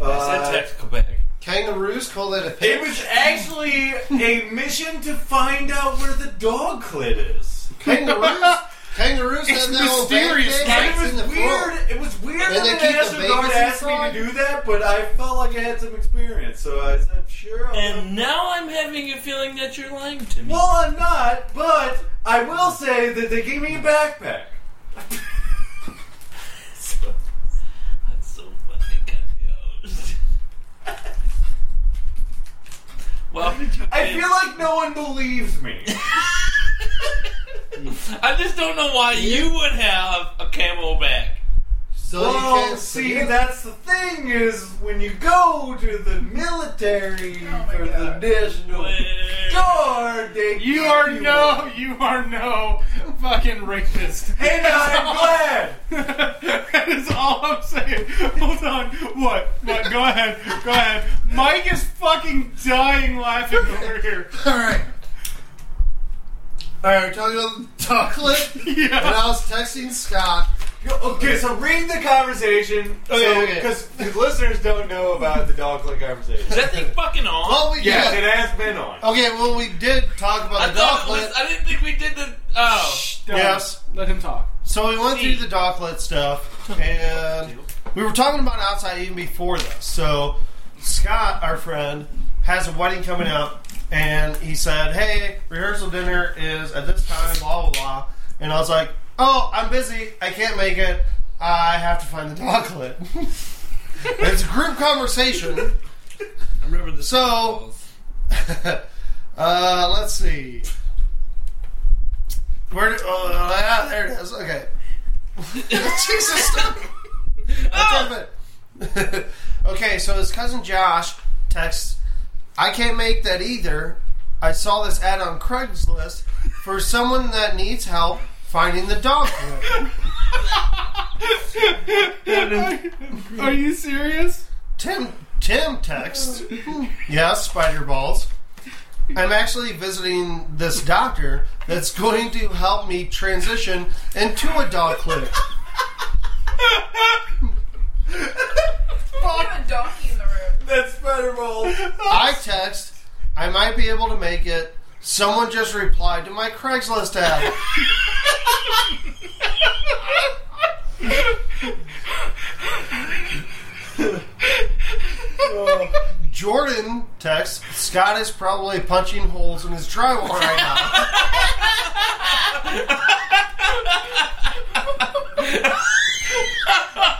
Speaker 4: I
Speaker 5: Uh,
Speaker 4: said tactical bag.
Speaker 2: Kangaroos call that a
Speaker 5: it
Speaker 2: pig.
Speaker 5: was actually a mission to find out where the dog clit is.
Speaker 2: Kangaroos. Kangaroos
Speaker 3: It's
Speaker 2: have their own
Speaker 3: mysterious,
Speaker 2: backpacks
Speaker 5: And
Speaker 3: right?
Speaker 5: it was
Speaker 2: in the
Speaker 5: weird.
Speaker 2: front.
Speaker 5: It was weird
Speaker 2: And
Speaker 5: that
Speaker 2: they
Speaker 5: the
Speaker 2: keep the
Speaker 5: National Guard
Speaker 2: babies
Speaker 5: asked me to
Speaker 2: inside?
Speaker 5: do that, but I felt like I had some experience, so I said, "Sure." I'll
Speaker 4: And now I'm having a feeling that you're lying to me.
Speaker 5: Well, I'm not, but I will say that they gave me a backpack.
Speaker 4: That's so fucking confused. Why would you?
Speaker 5: I
Speaker 4: think-
Speaker 5: feel like no one believes me.
Speaker 4: I just don't know why you would have a camel back.
Speaker 2: So you
Speaker 5: well,
Speaker 2: can't
Speaker 5: see,
Speaker 2: it.
Speaker 5: that's the thing is when you go to the military for the National Guard, they
Speaker 3: You
Speaker 5: give
Speaker 3: are
Speaker 5: you
Speaker 3: no,
Speaker 5: one.
Speaker 3: you are no fucking rapist.
Speaker 5: And I'm glad.
Speaker 3: that is all I'm saying. Hold on. What? What? Go ahead. Go ahead. Mike is fucking dying laughing over here.
Speaker 2: All right. All right, we're talking about the chocolate. And
Speaker 3: Yeah.
Speaker 2: I was texting Scott.
Speaker 5: Okay, so read the conversation.
Speaker 2: Okay, okay.
Speaker 5: Because the listeners don't know about the dog click
Speaker 4: Is
Speaker 5: conversation.
Speaker 4: that thing fucking on?
Speaker 2: Well, we
Speaker 5: Yes, it
Speaker 2: did.
Speaker 5: has been on.
Speaker 2: Okay, well, we did talk
Speaker 4: I
Speaker 2: about the
Speaker 4: thought it was.
Speaker 2: chocolate.
Speaker 4: I didn't think we did the. Oh.
Speaker 3: Don't.
Speaker 2: Yes.
Speaker 3: Let him talk.
Speaker 2: So we went through the docklet stuff, and we were talking about outside even before this. So Scott, our friend, has a wedding coming up, and he said, "Hey, rehearsal dinner is at this time." Blah blah blah. And I was like, "Oh, I'm busy. I can't make it. I have to find the docklet." it's a group conversation.
Speaker 4: I remember the.
Speaker 2: So uh, let's see. Where? do- Oh, ah, there it is. Okay. Jesus. stop. That's
Speaker 4: Oh!
Speaker 2: it. okay, okay, so his cousin Josh texts, I can't make that either. I saw this ad on Craigslist for someone that needs help finding the dog. crate."
Speaker 3: Are you serious?
Speaker 2: Tim Tim texts, yes, spider balls. I'm actually visiting this doctor that's going to help me transition into a dog clinic.
Speaker 6: You have a donkey in the room.
Speaker 5: That's better, balls.
Speaker 2: I text, I might be able to make it. Someone just replied to my Craigslist ad. Jordan texts, Scott is probably punching holes in his drywall right now.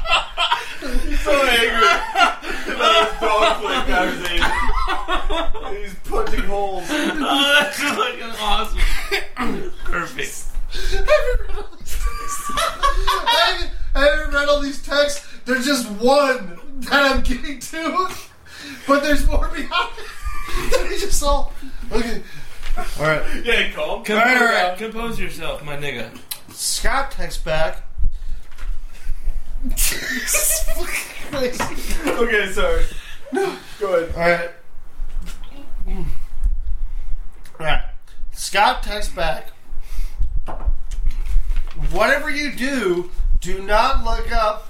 Speaker 5: so angry about his dog play conversation. He's punching holes.
Speaker 4: Oh, that's fucking awesome. Perfect.
Speaker 2: I haven't- I haven't read all these texts. There's just one that I'm getting to, but there's more behind. It's just all okay. All right.
Speaker 5: Yeah, calm.
Speaker 4: Compose,
Speaker 2: All right.
Speaker 4: compose yourself, my nigga.
Speaker 2: Scott texts back. All
Speaker 5: Okay, sorry. No, go ahead.
Speaker 2: right. All right. Scott texts back. Whatever you do, do not look up.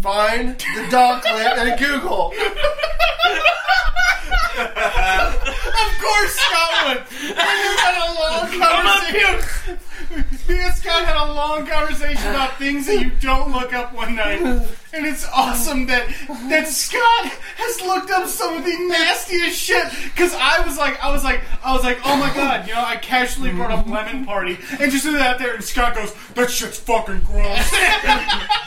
Speaker 2: Find the dog clip and Google.
Speaker 3: Of course Scott would. We had a long conversation. Me and Scott had a long conversation about things that you don't look up one night, and it's awesome that that Scott has looked up some of the nastiest shit. Because I was like, I was like, I was like, oh my god, you know, I casually brought up Lemon Party and just threw that out there, and Scott goes, that shit's fucking gross.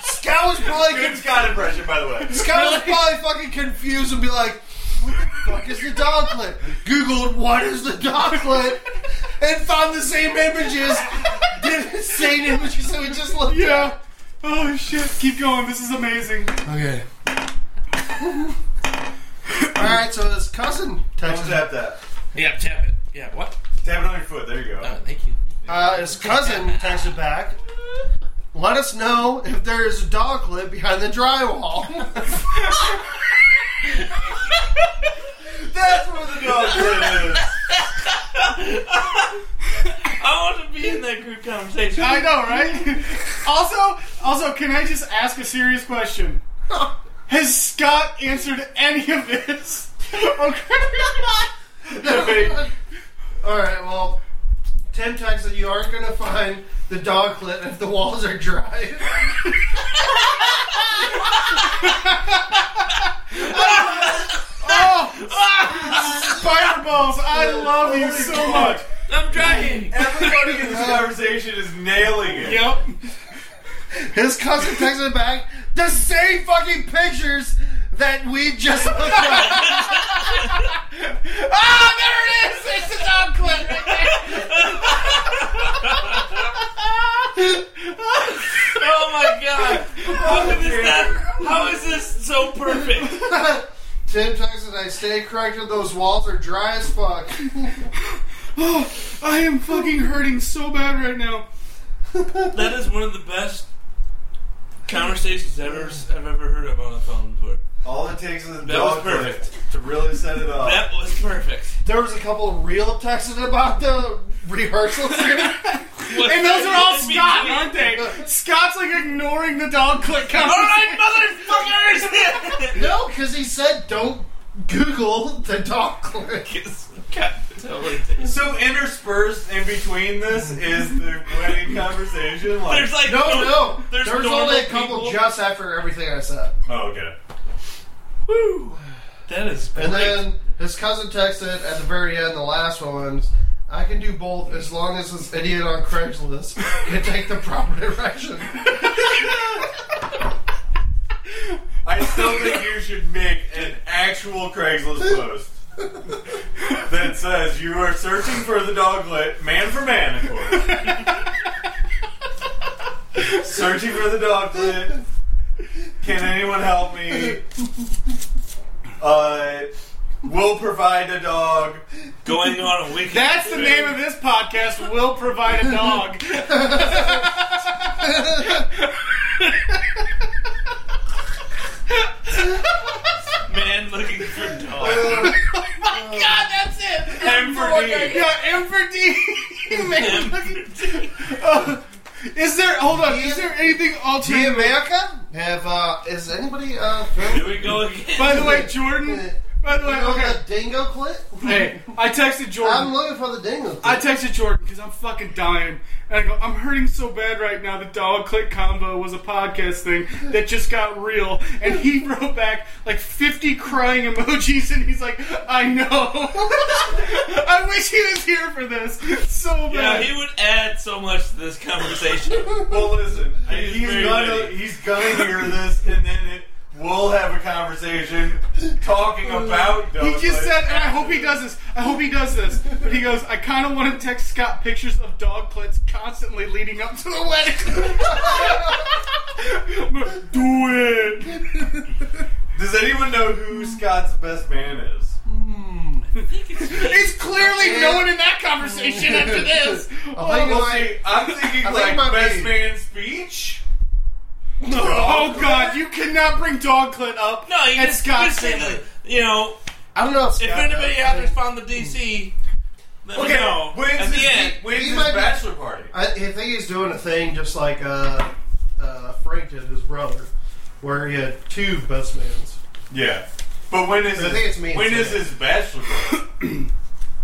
Speaker 2: Scott was probably
Speaker 5: Good Scott impression, by the way.
Speaker 2: Scott was probably fucking confused and be like, what the fuck is the doglet? Googled what is the doglet and found the same images. Did the same images so we just looked
Speaker 3: yeah. Oh shit. Keep going. This is amazing.
Speaker 2: Okay. Alright, so his cousin
Speaker 5: Don't
Speaker 2: texted him.
Speaker 5: tap that.
Speaker 4: Yeah, tap it. Yeah, what?
Speaker 5: Tap it on your foot. There you go.
Speaker 4: Oh, thank you.
Speaker 2: Uh, his cousin texted back. Let us know if there is a dog lip behind the drywall.
Speaker 5: That's where the dog is.
Speaker 4: I want to be in that group conversation.
Speaker 3: I know, right? also, also, can I just ask a serious question? Has Scott answered any of this? Okay.
Speaker 2: Alright, well, Tim texted you aren't gonna find the dog lip if the walls are dry.
Speaker 3: Spider balls, I love you so much.
Speaker 4: I'm trying.
Speaker 5: Everybody in this conversation is nailing it.
Speaker 3: Yep.
Speaker 2: His cousin texted back the same fucking pictures that we just looked at.
Speaker 3: Ah, there it is. It's the dog clip right
Speaker 4: Oh my god. How is this not, How is this so perfect?
Speaker 2: Tim texted, I stay corrected, those walls are dry as fuck.
Speaker 3: Oh, I am fucking hurting so bad right now.
Speaker 4: That is one of the best conversations I've ever, I've ever heard of on the phone before.
Speaker 5: All it takes is a
Speaker 4: That was
Speaker 5: dog
Speaker 4: perfect.
Speaker 5: lift to really set it off.
Speaker 4: That was perfect.
Speaker 2: There was a couple of real texts about the rehearsals.
Speaker 4: What-
Speaker 3: And those are all
Speaker 4: It'd be
Speaker 3: Scott,
Speaker 4: great.
Speaker 3: aren't they? Scott's like ignoring the dog clip conversation.
Speaker 4: All right, motherfuckers.
Speaker 2: no, because he said don't Google the dog clinic.
Speaker 4: God, totally. There's
Speaker 5: so interspersed in between this is the wedding conversation. Like,
Speaker 4: like
Speaker 2: No, no.
Speaker 4: There's
Speaker 2: there was
Speaker 4: normal
Speaker 2: only a couple
Speaker 4: people.
Speaker 2: just after everything I said.
Speaker 5: oh, okay.
Speaker 4: Woo. That is great.
Speaker 2: And then his cousin texted at the very end, the last one, I can do both as long as this idiot on Craigslist can take the proper direction.
Speaker 5: I still think you should make an actual Craigslist post that says you are searching for the doglet, man for man, of course. searching for the doglet. Can anyone help me? Uh, will provide a dog.
Speaker 4: Going on a weekend.
Speaker 3: That's the name of this podcast. Will provide a dog.
Speaker 4: Man looking for dog.
Speaker 3: My God, that's it.
Speaker 5: M for D.
Speaker 3: Yeah, M for D. Man, look at- Uh, is there? Hold on. Is there anything
Speaker 2: T
Speaker 3: alternate?
Speaker 2: America? Have uh is anybody uh
Speaker 4: Here
Speaker 2: filmed
Speaker 4: we go again.
Speaker 3: By the way, Jordan. By the
Speaker 2: you
Speaker 3: way,
Speaker 2: know
Speaker 3: okay.
Speaker 2: the dingo clit?
Speaker 3: Hey, I texted
Speaker 2: I'm
Speaker 3: Jordan.
Speaker 2: looking for the dingo clit.
Speaker 3: I texted Jordan because I'm fucking dying, and I go, I'm hurting so bad right now. The dog click combo was a podcast thing that just got real, and he wrote back like 50 crying emojis, and he's like, I know. I wish he was here for this so
Speaker 4: Yeah,
Speaker 3: bad.
Speaker 4: he would add so much to this conversation.
Speaker 5: Well, listen,
Speaker 4: He's
Speaker 5: he's
Speaker 4: very
Speaker 5: gonna
Speaker 4: witty.
Speaker 5: he's gonna hear this, and then it, we'll have a conversation talking about dog.
Speaker 3: He just
Speaker 5: life.
Speaker 3: said, and I hope he does this. I hope he does this. But he goes, I kind of want to text Scott pictures of dog clits constantly leading up to the wedding. Do it.
Speaker 5: "Does anyone know who Scott's best man is?"
Speaker 3: It's clearly no one in that conversation after this.
Speaker 2: I think
Speaker 3: Oh,
Speaker 2: it
Speaker 5: Well,
Speaker 2: might-
Speaker 5: see, I'm thinking
Speaker 2: I think
Speaker 5: like
Speaker 2: it might
Speaker 5: best
Speaker 2: be.
Speaker 5: man speech.
Speaker 3: oh, God, you cannot bring dog clit up
Speaker 4: No, you
Speaker 3: at
Speaker 4: just, you
Speaker 3: Scott's
Speaker 4: just say
Speaker 3: family.
Speaker 4: that, you know,
Speaker 2: I don't know if,
Speaker 4: if
Speaker 2: Scott
Speaker 4: anybody
Speaker 2: does.
Speaker 4: out there's found the DC, let me know.
Speaker 5: when's
Speaker 4: At
Speaker 5: his,
Speaker 4: the end,
Speaker 5: when's
Speaker 2: he
Speaker 5: his
Speaker 2: might be-
Speaker 5: bachelor party?
Speaker 2: I, I think he's doing a thing just like uh, uh, Frank did his brother, where he had two best mans.
Speaker 5: Yeah, but when is
Speaker 2: I
Speaker 5: his,
Speaker 2: think it's me
Speaker 5: when
Speaker 2: and
Speaker 5: is
Speaker 2: Sam.
Speaker 5: his bachelor party?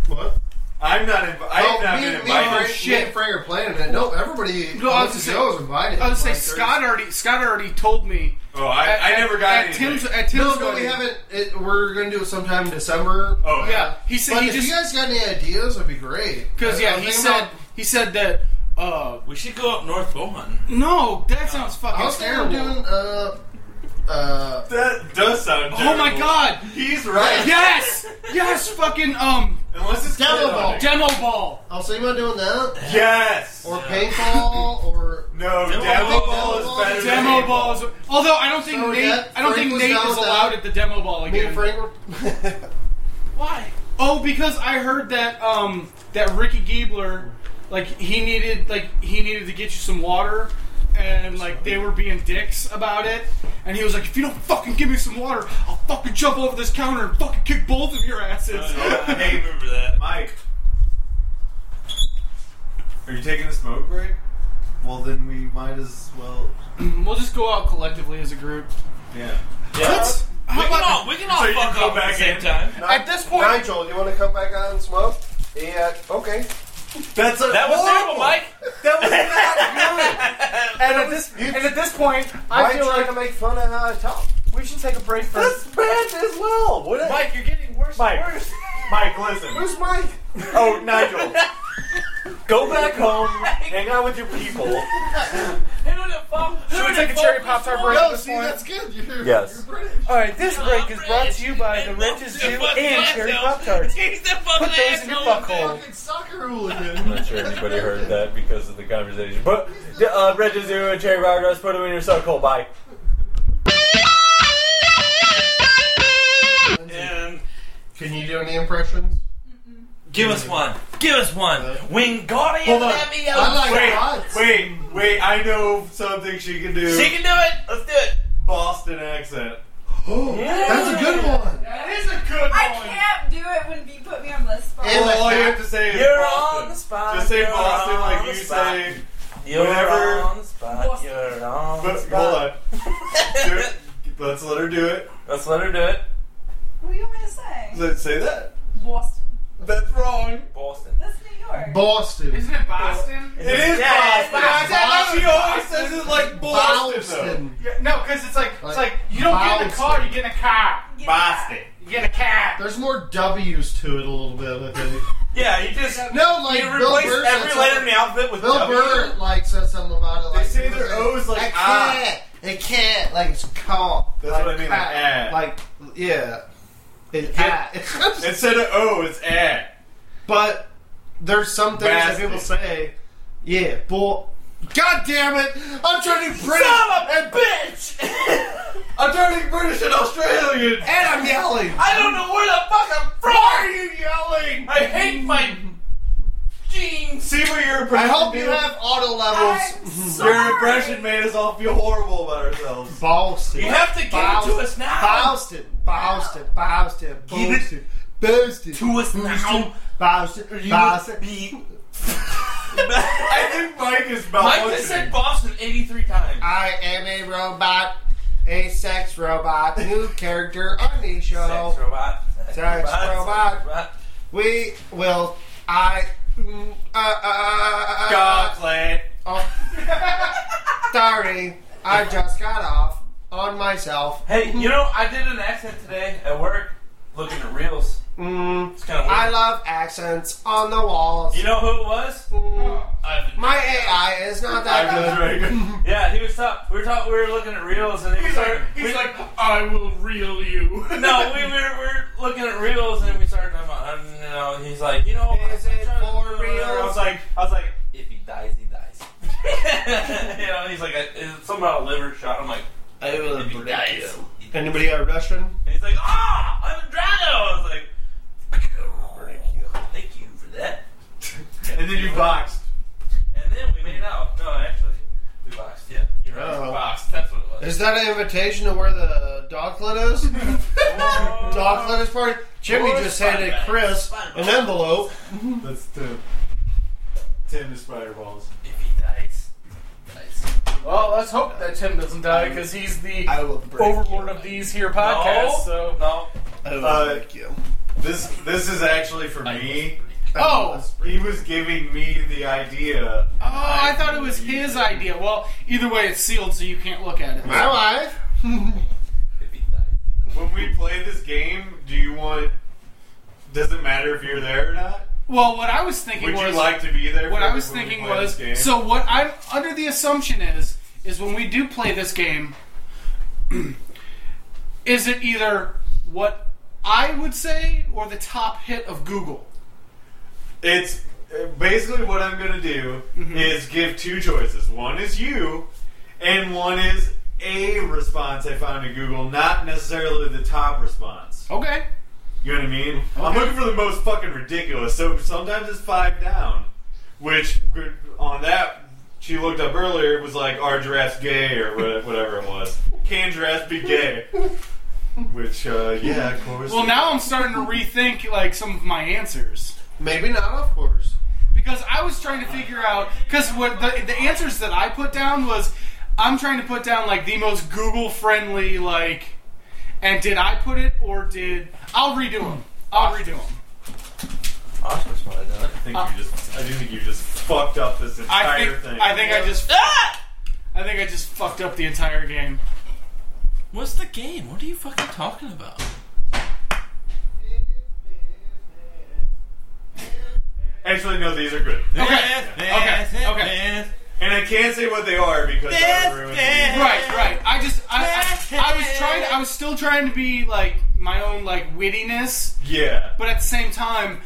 Speaker 2: What?
Speaker 5: I'm not. Inv- I've
Speaker 2: Oh,
Speaker 5: not
Speaker 2: me,
Speaker 5: been
Speaker 2: me and
Speaker 5: invited.
Speaker 2: Frank- Me and Frank are planning it. No, everybody.
Speaker 3: No, I was
Speaker 2: most of
Speaker 3: gonna
Speaker 2: the
Speaker 3: say-
Speaker 2: shows invited.
Speaker 3: I was gonna say
Speaker 2: Like, there's-
Speaker 3: Scott already Scott already told me.
Speaker 5: Oh, I,
Speaker 3: at-
Speaker 5: I never got
Speaker 3: at
Speaker 5: anything.
Speaker 3: Tim's at Tim's
Speaker 2: No, no, we
Speaker 3: wedding.
Speaker 2: haven't. It, we're gonna do it sometime in December.
Speaker 5: Oh
Speaker 3: Yeah, he said
Speaker 2: But
Speaker 3: he
Speaker 2: if
Speaker 3: just
Speaker 2: you guys got any ideas, that'd be great.
Speaker 3: because
Speaker 2: I-
Speaker 3: yeah
Speaker 2: I'm
Speaker 3: he
Speaker 2: thinking
Speaker 3: said
Speaker 2: about-
Speaker 3: he said that. Uh,
Speaker 4: we should go up North Bowen.
Speaker 3: no, that sounds
Speaker 2: I
Speaker 3: fucking
Speaker 2: was thinking of
Speaker 3: terrible.
Speaker 2: doing. Uh, uh,
Speaker 5: that does sound.
Speaker 3: oh my
Speaker 5: terrible.
Speaker 3: god!
Speaker 5: he's right.
Speaker 3: Yes, yes, fucking um,
Speaker 5: Unless it's
Speaker 2: Devil
Speaker 5: kid on
Speaker 2: ball.
Speaker 5: it.
Speaker 3: demo ball.
Speaker 2: I was thinking about doing that,
Speaker 5: Yes.
Speaker 2: or paintball, or
Speaker 5: no,
Speaker 4: Demo
Speaker 5: demo,
Speaker 4: ball.
Speaker 5: ball
Speaker 2: Demo
Speaker 5: is better. than
Speaker 3: Demo ball is. Although I don't think
Speaker 2: So
Speaker 3: Nate,
Speaker 2: yeah,
Speaker 3: I don't
Speaker 2: Frank
Speaker 3: think
Speaker 2: was
Speaker 3: Nate
Speaker 2: down
Speaker 3: is
Speaker 2: with
Speaker 3: allowed
Speaker 2: that.
Speaker 3: at the demo ball
Speaker 2: me
Speaker 3: again.
Speaker 2: and Frank were.
Speaker 4: Why?
Speaker 3: Oh, because I heard that um that Ricky Giebler, like he needed like he needed to get you some water, and like they were being dicks about it, and he was like, if you don't fucking give me some water, I'll fucking jump over this counter and fucking kick both of your asses.
Speaker 4: Uh, I remember that.
Speaker 5: Mike, are you taking a smoke break? Well, then we might as well.
Speaker 3: we'll just go out collectively as a group.
Speaker 5: Yeah.
Speaker 3: What?
Speaker 4: We
Speaker 3: How
Speaker 4: can
Speaker 3: about-
Speaker 4: all, we can all
Speaker 5: So you
Speaker 4: fuck
Speaker 5: go
Speaker 4: off at
Speaker 5: back
Speaker 4: the same
Speaker 5: in.
Speaker 4: time.
Speaker 3: at this point?
Speaker 2: Nigel, you want to come back on and smoke? Yeah. Okay.
Speaker 5: That's a
Speaker 4: That was terrible, Mike.
Speaker 5: That was not
Speaker 7: And at this and at this point, I feel like
Speaker 2: make fun of how I talk?
Speaker 7: we should take a break for
Speaker 5: That's bad as well. What a-
Speaker 4: Mike, you're getting worse
Speaker 7: Mike.
Speaker 4: and worse.
Speaker 7: Mike. Listen.
Speaker 2: Who's Mike?
Speaker 7: Oh, Nigel. Go back home. Hang out with your people.
Speaker 4: Who the fuck?
Speaker 7: Should we
Speaker 4: who
Speaker 7: take
Speaker 4: the
Speaker 7: a cherry
Speaker 4: fuck was
Speaker 7: Pop-Tart
Speaker 4: wrong?
Speaker 7: break?
Speaker 2: No, see, that's good. You're,
Speaker 7: Yes.
Speaker 2: You're British.
Speaker 7: All right, this
Speaker 4: You're
Speaker 7: break is brought to you by the
Speaker 4: and
Speaker 7: Wretches Jew
Speaker 4: Roach the
Speaker 7: and
Speaker 4: Fucking
Speaker 7: Cherry
Speaker 4: Asshole.
Speaker 7: Pop Tarts.
Speaker 4: He's the
Speaker 7: Put
Speaker 4: fucking
Speaker 7: those in your
Speaker 4: asshole.
Speaker 7: butthole.
Speaker 2: Fucking soccer hooligan.
Speaker 7: sure anybody heard that because of the conversation. But uh, Wretches Jew and Cherry Pop Tarts. Put them in your suckhole. Bye.
Speaker 4: And
Speaker 2: Can you do any impressions?
Speaker 4: give us one. Give us one. Wingardium
Speaker 5: Hold on.
Speaker 2: I
Speaker 4: Leviosa.
Speaker 2: like lots.
Speaker 5: Wait, wait! I know something she can do.
Speaker 4: She can do it. Let's do it.
Speaker 5: Boston accent.
Speaker 2: That's a good one.
Speaker 3: That is a good
Speaker 6: I
Speaker 3: one.
Speaker 6: can't do it when B put me on the spot.
Speaker 2: And
Speaker 5: All you have to say is
Speaker 7: You're
Speaker 5: Boston.
Speaker 7: on the spot.
Speaker 5: Just say
Speaker 7: You're
Speaker 5: Boston
Speaker 7: on
Speaker 5: like
Speaker 7: the
Speaker 5: you
Speaker 7: spot.
Speaker 5: say.
Speaker 7: You're
Speaker 5: Whenever-
Speaker 7: on the spot. You're on the
Speaker 5: But,
Speaker 7: spot.
Speaker 5: hold on. Do it. Let's let her do it.
Speaker 7: Let's let her do it.
Speaker 6: What do you want me to say?
Speaker 5: Let's say that.
Speaker 6: Boston.
Speaker 5: That's wrong.
Speaker 7: Boston.
Speaker 6: That's New York.
Speaker 2: Boston.
Speaker 3: Isn't it Boston?
Speaker 5: It is
Speaker 7: Yeah, it's
Speaker 5: Boston.
Speaker 2: Boston.
Speaker 5: She always says it like Boston.
Speaker 2: Boston.
Speaker 3: Yeah, no, because it's like,
Speaker 2: Like,
Speaker 3: it's like you don't get in the car, you get in a car.
Speaker 6: Yeah.
Speaker 3: You get in a car.
Speaker 2: There's more W's to it a little bit, I think.
Speaker 7: Yeah, you just
Speaker 2: No, like
Speaker 7: you
Speaker 2: Bill
Speaker 7: replace
Speaker 2: Burr. said
Speaker 7: every letter in
Speaker 2: something-
Speaker 7: the alphabet with
Speaker 2: Bill
Speaker 7: W.
Speaker 2: Burr like said something about it. Like,
Speaker 5: say
Speaker 2: he was
Speaker 5: their O's like,
Speaker 2: I
Speaker 5: ah.
Speaker 2: can't, it can't, like it's call.
Speaker 5: That's
Speaker 2: like,
Speaker 5: what I mean, like,
Speaker 2: ah.
Speaker 5: ah.
Speaker 2: like yeah, it
Speaker 5: Yeah.
Speaker 2: can't.
Speaker 5: Instead of O, it's at.
Speaker 2: But there's some things that people
Speaker 5: Bastard.
Speaker 2: say. Yeah, bull. God damn it! I'm trying to do British.
Speaker 7: Son of a bitch! I'm trying
Speaker 5: learning British and Australian.
Speaker 2: And I'm yelling.
Speaker 4: I don't know where the fuck I'm from. Why are you yelling? I hate my jeans.
Speaker 5: See what your
Speaker 2: I
Speaker 5: impression.
Speaker 2: hope you
Speaker 5: made-
Speaker 2: have auto
Speaker 6: I'm
Speaker 2: levels.
Speaker 6: sorry.
Speaker 5: Your impression made us all feel horrible about ourselves.
Speaker 2: Boston.
Speaker 4: You have to give it to
Speaker 2: Boston.
Speaker 4: us now.
Speaker 2: Boston. Boston. Boston.
Speaker 4: Give it
Speaker 2: Boston. Boston.
Speaker 4: to us now.
Speaker 2: Boston.
Speaker 4: You would
Speaker 2: Boston.
Speaker 4: be.
Speaker 5: I think Mike is
Speaker 4: Mike has said
Speaker 5: malfunctioning.
Speaker 4: Boston 83 times.
Speaker 2: I am a robot. A sex robot. New character on the show.
Speaker 4: Sex robot.
Speaker 2: Sex robot.
Speaker 4: robot.
Speaker 2: We will. I. mm, Uh, uh, uh, uh,
Speaker 5: Chocolate.
Speaker 2: oh. Sorry, I just got off on myself.
Speaker 4: Hey, you know, I did an accent today at work looking at reels.
Speaker 2: Mm,
Speaker 4: It's kind of weird.
Speaker 2: I love accents on the walls.
Speaker 4: you know who it was?
Speaker 2: Mm,
Speaker 4: Ivan.
Speaker 2: my AI is not that
Speaker 5: I'm
Speaker 2: good.
Speaker 5: just Reagan.
Speaker 4: Yeah, he was tough. We were talk- we were looking at reels and he was
Speaker 3: He's like,
Speaker 4: started,
Speaker 3: he's
Speaker 4: we-
Speaker 3: like, I will reel you.
Speaker 4: no, we were, we were looking at reels and we started talking about, um, you know, he's like, you know,
Speaker 2: Is
Speaker 4: I'm
Speaker 2: it
Speaker 4: trying to
Speaker 2: for
Speaker 4: do whatever. I was
Speaker 2: reals?
Speaker 4: like, I was like, if he dies, he dies. you know, he's like, it's something about a liver shot. I'm like,
Speaker 2: I will
Speaker 4: if he dies, he dies.
Speaker 2: Anybody got Russian?
Speaker 4: And he's like, ah, I'm a dragon. I was like, thank you for that.
Speaker 5: And then you boxed.
Speaker 4: And then we made out. No, actually, we boxed. Yeah, you're right.
Speaker 2: Oh.
Speaker 4: We boxed. That's what it was.
Speaker 2: Is that an invitation to where the dog clit is? dog clit is party? Jimmy
Speaker 4: Or
Speaker 2: just handed
Speaker 4: Spider-Man.
Speaker 2: Chris an
Speaker 4: Spider-Man.
Speaker 2: envelope.
Speaker 5: That's two. Ten to spider balls.
Speaker 4: If he dies, he dies.
Speaker 3: Well, let's hope that Tim doesn't die because he's the
Speaker 2: I will break
Speaker 3: overlord of these here podcasts. So
Speaker 4: No.
Speaker 2: I will
Speaker 5: Uh,
Speaker 2: break you.
Speaker 5: This this is actually for me.
Speaker 3: Oh,
Speaker 5: He was giving me the
Speaker 3: oh,
Speaker 5: idea.
Speaker 3: I thought it was his idea. Well, either way, it's sealed, so you can't look at it.
Speaker 2: My wife.
Speaker 4: If he dies, he dies.
Speaker 5: When we play this game, do you want? Does it matter if you're there or not?
Speaker 3: Well, what I was thinking
Speaker 5: Would
Speaker 3: was
Speaker 5: you like to be there?
Speaker 3: what
Speaker 5: for
Speaker 3: I was
Speaker 5: when we
Speaker 3: thinking
Speaker 5: play
Speaker 3: was
Speaker 5: this game?
Speaker 3: so what I'm under the assumption is is when we do play this game is it either what I would say or the top hit of Google.
Speaker 5: It's uh, basically what I'm gonna do
Speaker 3: Mm-hmm.
Speaker 5: is give two choices. One is you, and one is a response I found in Google, not necessarily the top response.
Speaker 3: Okay.
Speaker 5: You know what I mean? I'm looking for the most fucking ridiculous. So sometimes it's five down, which gr- on that she looked up earlier was like are giraffes gay or wha- whatever it was. Can giraffes be gay? Which uh, yeah, of course.
Speaker 3: Well, now I'm starting to rethink like some of my answers.
Speaker 2: Maybe not, of course.
Speaker 3: because I was trying to figure out because what the, the answers that I put down was I'm trying to put down like the most Google friendly like and did I put it or did I'll redo them I'll redo them
Speaker 4: Oscar's probably done it.
Speaker 5: I think you just I do think you just fucked up this entire
Speaker 3: uh, I think
Speaker 5: thing.
Speaker 3: I think I just I think I just fucked up the entire game
Speaker 4: What's the game? What are you fucking talking about?
Speaker 5: Actually, no, these are good.
Speaker 3: okay okay okay
Speaker 5: And I can't say what they are because that would ruin the-
Speaker 3: right right I just I, I, I was trying I was still trying to be like my own like wittiness
Speaker 5: Yeah.
Speaker 3: but at the same time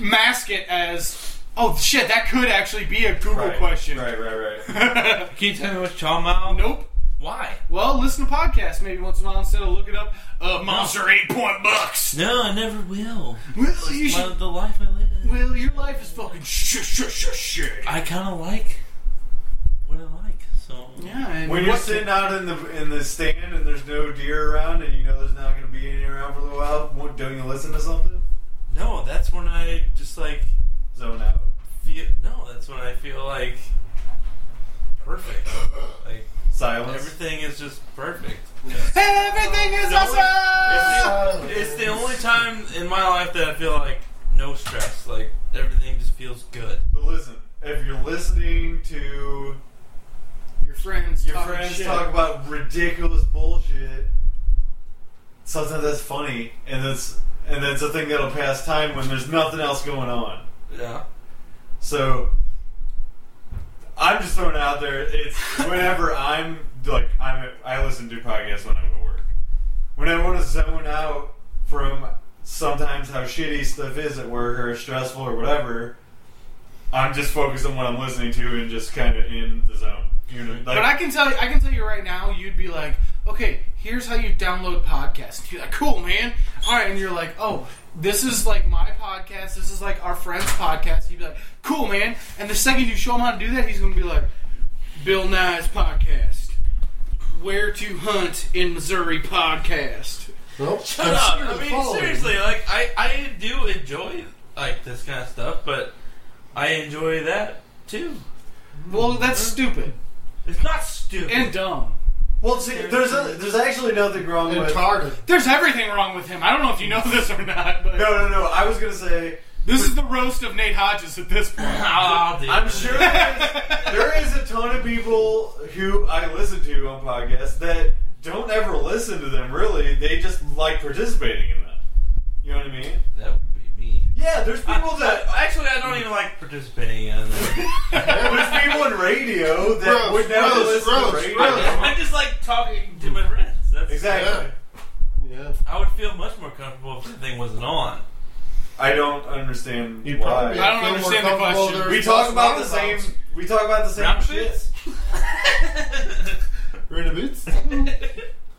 Speaker 3: mask it as oh shit that could actually be a Google
Speaker 5: Right,
Speaker 3: question
Speaker 5: Right, right, right.
Speaker 4: Can you tell me what's Chow Mao?
Speaker 3: Nope.
Speaker 4: Why?
Speaker 3: Well, listen to podcasts maybe once in a while instead of looking up uh, Monster Eight Point Bucks.
Speaker 4: No, I never will.
Speaker 3: Well, you
Speaker 4: My,
Speaker 3: should.
Speaker 4: the life I live.
Speaker 3: Well, your life is fucking shit, shit, shit, shit.
Speaker 4: I kind of like what I like. So
Speaker 3: Yeah, and
Speaker 5: When you're
Speaker 3: what-
Speaker 5: sitting out in the in the stand and there's no deer around and you know there's not going to be any around for a little while, what, don't you listen to something?
Speaker 4: no, that's when I just like
Speaker 5: Zone out.
Speaker 4: feel. No, that's when I feel like perfect. Like
Speaker 5: Silence.
Speaker 4: everything is just perfect.
Speaker 3: everything is
Speaker 4: Don't-
Speaker 3: awesome.
Speaker 4: It's the only time in my life that I feel like no stress. Like everything just feels good.
Speaker 5: But listen, if you're listening to
Speaker 3: Your friends,
Speaker 5: your
Speaker 3: talking
Speaker 5: friends
Speaker 3: shit.
Speaker 5: talk about ridiculous bullshit, sometimes that's funny, and that's and that's a thing that'll pass time when there's nothing else going on.
Speaker 4: Yeah.
Speaker 5: So I'm just throwing it out there. It's whenever I'm like I'm I listen to podcasts when I'm at work. When I want to zone out from sometimes how shitty stuff is at work or stressful or whatever, I'm just focused on what I'm listening to and just kind of in the zone. uni- like,
Speaker 3: But I can tell you, I can tell you right now, you'd be like, okay, here's how you download podcasts. And you're like, cool, man. All right, and you're like, oh, this is like my podcast. This is like our friend's podcast. He'd be like, cool, man. And the second you show him how to do that, he's gonna be like, Bill Nye's podcast, where to hunt in Missouri podcast.
Speaker 2: Nope.
Speaker 4: Shut up. I mean, seriously, like I, I do enjoy like this kind of stuff, but I enjoy that too.
Speaker 3: Well, that's stupid
Speaker 4: It's not stupid.
Speaker 3: and dumb.
Speaker 5: well, see, there's a, there's actually nothing wrong with.
Speaker 2: Retarded.
Speaker 3: There's everything wrong with him. I don't know if you know this or not, but
Speaker 5: No, no, no. I was gonna say
Speaker 3: this is the roast of Nate Hodges at this point.
Speaker 4: Ah, dude.
Speaker 5: I'm sure there is a ton of people who I listen to on podcasts that don't ever listen to them. Really, they just like participating in them. You know what I mean?
Speaker 4: that would be me.
Speaker 5: Yeah, there's people that
Speaker 4: Actually, I don't even like participating in it.
Speaker 5: there's people in radio that
Speaker 2: Gross,
Speaker 5: would never
Speaker 2: gross,
Speaker 5: listen
Speaker 2: gross,
Speaker 5: to radio.
Speaker 2: gross.
Speaker 4: I just like talking to my friends. That's,
Speaker 5: Exactly.
Speaker 2: Yeah.
Speaker 4: I would feel much more comfortable if the thing wasn't on.
Speaker 5: I don't understand
Speaker 2: You
Speaker 5: why.
Speaker 2: probably
Speaker 3: I don't
Speaker 2: feel more
Speaker 3: understand the
Speaker 2: comfortable
Speaker 3: question.
Speaker 2: there.
Speaker 5: we talk about the same. We talk about the same
Speaker 4: Round
Speaker 5: shit.
Speaker 4: shoots?
Speaker 2: We're in the boots.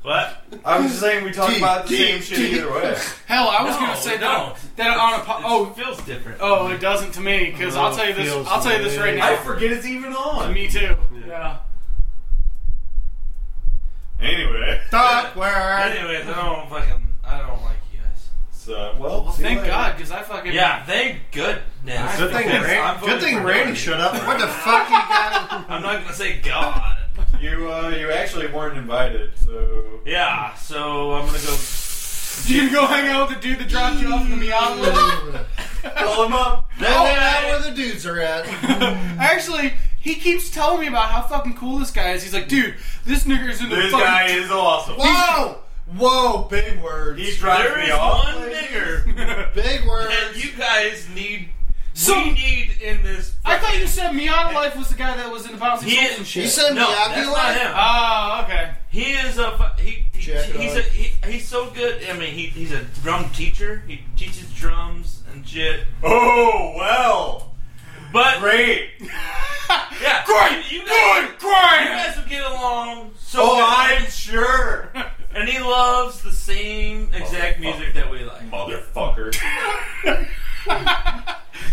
Speaker 4: what?
Speaker 5: I was just saying we talk
Speaker 2: Gee,
Speaker 5: about the
Speaker 2: gee,
Speaker 5: same shit
Speaker 2: gee.
Speaker 5: either way.
Speaker 3: Hell, I was
Speaker 4: No,
Speaker 3: gonna say
Speaker 4: no.
Speaker 3: that, that on a po-
Speaker 4: It
Speaker 3: oh
Speaker 4: feels different.
Speaker 3: Oh, it doesn't to me because
Speaker 2: Oh,
Speaker 3: I'll tell you this.
Speaker 2: feels
Speaker 3: I'll tell you this right
Speaker 5: I
Speaker 3: now.
Speaker 5: forget it's even on.
Speaker 3: Me too. Yeah.
Speaker 5: Anyway,
Speaker 2: Doc, where?
Speaker 4: Anyways, I don't fucking. I don't like you guys.
Speaker 5: so well,
Speaker 3: Well,
Speaker 5: see you
Speaker 3: thank
Speaker 5: later.
Speaker 3: God because I fucking
Speaker 4: Yeah, thank goodness.
Speaker 2: Good thing,
Speaker 4: Because
Speaker 2: Randy,
Speaker 4: I'm
Speaker 2: good
Speaker 4: voting
Speaker 2: thing
Speaker 4: for
Speaker 2: Randy
Speaker 4: Bernie.
Speaker 2: shut up. What the fuck you got?
Speaker 4: I'm not gonna say God.
Speaker 5: You uh, you actually weren't invited, so
Speaker 4: yeah, so I'm gonna go.
Speaker 3: You can go hang out with the dude that dropped you off in the Miata.
Speaker 5: call him up.
Speaker 2: Now out where the dudes are at.
Speaker 3: Actually, he keeps telling me about how fucking cool this guy is. He's like, dude, this nigger is in the
Speaker 5: This
Speaker 3: fucking.
Speaker 5: guy is awesome.
Speaker 2: Whoa! Whoa, big words.
Speaker 5: He drives
Speaker 4: there
Speaker 5: me
Speaker 4: is
Speaker 5: off.
Speaker 4: one nigger
Speaker 2: big words.
Speaker 4: that you guys need.
Speaker 3: So-
Speaker 4: we need in this.
Speaker 3: I thought you said Miata Life was the guy that was in the bouncing
Speaker 4: He
Speaker 3: souls
Speaker 4: is-
Speaker 3: and shit.
Speaker 2: You said
Speaker 4: no,
Speaker 2: Miyagi
Speaker 4: that's not
Speaker 2: Life?
Speaker 4: him.
Speaker 3: Oh, okay.
Speaker 4: He is a fu- he, he
Speaker 2: Jack it
Speaker 4: he's a,
Speaker 2: off.
Speaker 4: he, he's so good. I mean, he, he's a drum teacher. He teaches drums and shit.
Speaker 5: Oh well,
Speaker 4: But
Speaker 5: great.
Speaker 4: yeah,
Speaker 3: Great,
Speaker 4: you, you guys,
Speaker 3: good, great.
Speaker 4: you guys will get along. So
Speaker 5: Oh,
Speaker 4: good.
Speaker 5: I'm sure,
Speaker 4: and he loves the same exact music that we like.
Speaker 5: oh, motherfucker. You're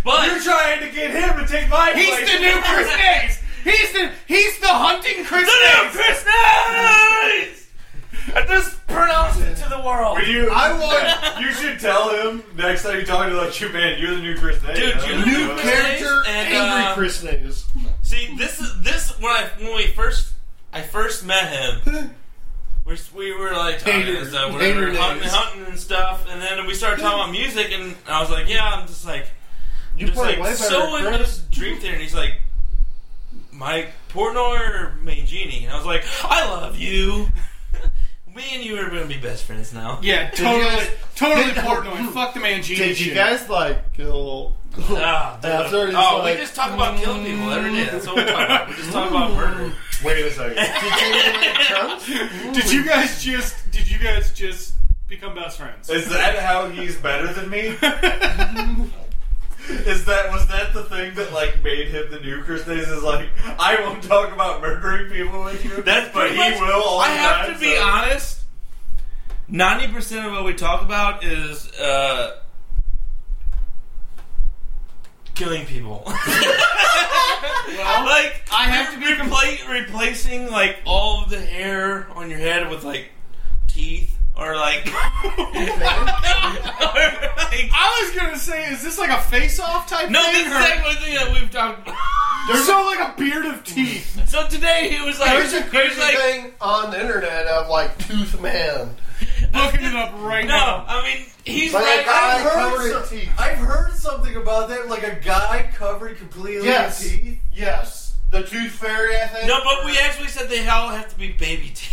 Speaker 4: But
Speaker 5: trying to get him to take my
Speaker 3: He's
Speaker 5: place.
Speaker 3: the new Chris Hayes. He's the he's the hunting Chris Hayes.
Speaker 4: Chris Nice. I just pronounced it to the world,
Speaker 5: Would you?
Speaker 2: I want
Speaker 5: You should tell him next time you talk to him, like, "Shoot, man, you're the new Chris Nate."
Speaker 4: dude. You
Speaker 2: new
Speaker 4: Chris
Speaker 2: character,
Speaker 4: Hayes and,
Speaker 2: angry
Speaker 4: uh,
Speaker 2: Chris Nays.
Speaker 4: See, this is this when I when we first I first met him. We, we were like talking
Speaker 2: Hater.
Speaker 4: and stuff, whatever,
Speaker 2: Hater
Speaker 4: hunting,
Speaker 2: days.
Speaker 4: hunting and stuff, and then we started talking about music, and I was like, yeah, I'm just like,
Speaker 2: You
Speaker 4: just
Speaker 2: play way
Speaker 4: like
Speaker 2: better.
Speaker 4: so
Speaker 2: than
Speaker 4: into
Speaker 2: Chris.
Speaker 4: this dream theater, and he's like, Mike Portnoy or Mangini, and I was like, I love you. Me and you are gonna be best friends now.
Speaker 3: Yeah,
Speaker 2: you
Speaker 3: totally,
Speaker 2: guys-
Speaker 3: totally
Speaker 2: did-
Speaker 3: Portnoy. Fuck the man, genius.
Speaker 2: Did you
Speaker 3: shit.
Speaker 2: guys like kill?
Speaker 4: Ah, dude.
Speaker 2: After he's
Speaker 4: oh,
Speaker 2: like-
Speaker 4: we just talk about killing people every day. That's what we talk about. We just talk about murder.
Speaker 5: Wait a second.
Speaker 2: Did you like Trump?
Speaker 3: Did you guys just? Did you guys just become best friends?
Speaker 5: Is that how he's better than me? Is that was that the thing that like made him the new Chris Days? Is like I won't talk about murdering people with you.
Speaker 4: That's
Speaker 5: but
Speaker 4: pretty
Speaker 5: he
Speaker 4: much-
Speaker 5: will. All
Speaker 4: I
Speaker 5: the
Speaker 4: have
Speaker 5: time,
Speaker 4: to be
Speaker 5: so-
Speaker 4: honest. Ninety percent of what we talk about is uh, killing people.
Speaker 3: Well,
Speaker 4: like
Speaker 3: I have to be
Speaker 4: repla- replacing like all of the hair on your head with like teeth or like. or, like
Speaker 3: I was gonna say, is this like a face-off type
Speaker 4: no, this
Speaker 3: thing?
Speaker 4: is
Speaker 3: or-
Speaker 4: like one thing that we've talked.
Speaker 3: There's so like a beard of teeth.
Speaker 4: So today he was like,
Speaker 2: There's a
Speaker 4: he was
Speaker 2: crazy
Speaker 4: like,
Speaker 2: thing on the internet of like Tooth Man.
Speaker 3: Looking it up right
Speaker 4: no,
Speaker 3: now.
Speaker 4: I mean he's
Speaker 2: Like
Speaker 4: right.
Speaker 2: a guy
Speaker 5: I've heard
Speaker 2: covered in
Speaker 5: so-
Speaker 2: teeth.
Speaker 5: I've heard something about that, like a guy covered completely
Speaker 2: Yes.
Speaker 5: in teeth.
Speaker 2: Yes, the Tooth Fairy. I think.
Speaker 4: No, but we actually said they all have to be baby teeth.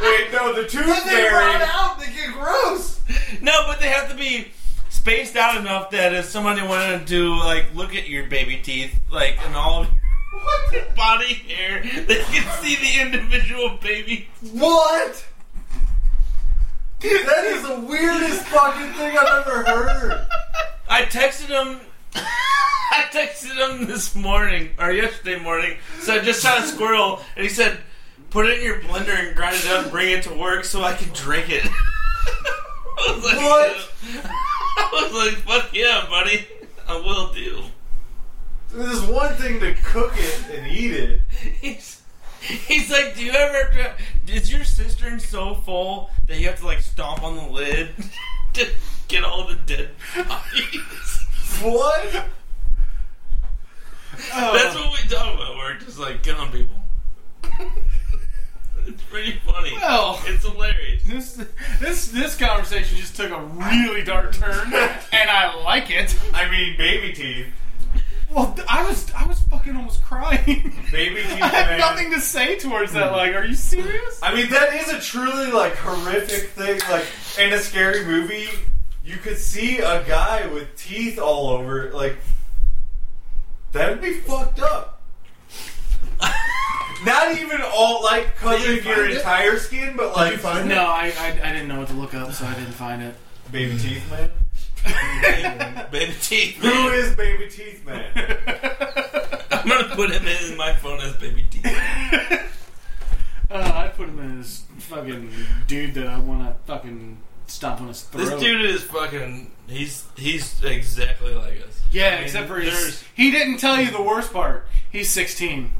Speaker 5: Wait, no, the tooth
Speaker 2: But they rot
Speaker 5: fairy.
Speaker 2: out. They get gross.
Speaker 4: No, but they have to be spaced out enough that if somebody wanted to like look at your baby teeth, like and all of
Speaker 2: What? the-
Speaker 4: your body hair, they can see the individual baby.
Speaker 5: What? That is the weirdest fucking thing I've ever heard.
Speaker 4: I texted him. I texted him this morning or yesterday morning. So I just shot a squirrel, and he said, "Put it in your blender and grind it up, and bring it to work so I can drink it." I was like,
Speaker 5: What?
Speaker 4: I was like, "Fuck yeah, buddy! I will do."
Speaker 5: There's one thing to cook it and eat it.
Speaker 4: He's, he's like, "Do you ever? dr- Is your cistern so full that you have to like stomp on the lid to get all the dead bodies?"
Speaker 5: What?
Speaker 4: That's what we talk about. We're just like killing people. it's pretty funny.
Speaker 3: Well.
Speaker 4: it's hilarious.
Speaker 3: This this this conversation just took a really dark turn, and I like it.
Speaker 5: I mean, baby teeth.
Speaker 3: Well, th- I was I was fucking almost crying.
Speaker 5: Baby teeth.
Speaker 3: I had
Speaker 5: man.
Speaker 3: nothing to say towards that. Like, are you serious?
Speaker 5: I mean, that is a truly like horrific thing. Like in a scary movie, you could see a guy with teeth all over. it, Like that would be fucked up. Not even all like covering your
Speaker 2: find it?
Speaker 5: entire skin, but
Speaker 2: Did you
Speaker 5: like
Speaker 2: find
Speaker 3: No,
Speaker 2: it?
Speaker 3: I, I I didn't know what to look up, so I didn't find it.
Speaker 5: baby teeth man.
Speaker 4: Baby teeth.
Speaker 5: Who
Speaker 4: Man.
Speaker 5: is baby teeth man?
Speaker 4: I'm gonna put him in my phone as baby teeth.
Speaker 3: Uh, I put him in this fucking dude that I want to fucking stomp on his throat.
Speaker 4: This dude is fucking. He's he's exactly like us.
Speaker 3: Yeah,
Speaker 4: I mean,
Speaker 3: except for
Speaker 4: there's-
Speaker 3: his. He didn't tell you the worst part. He's 16.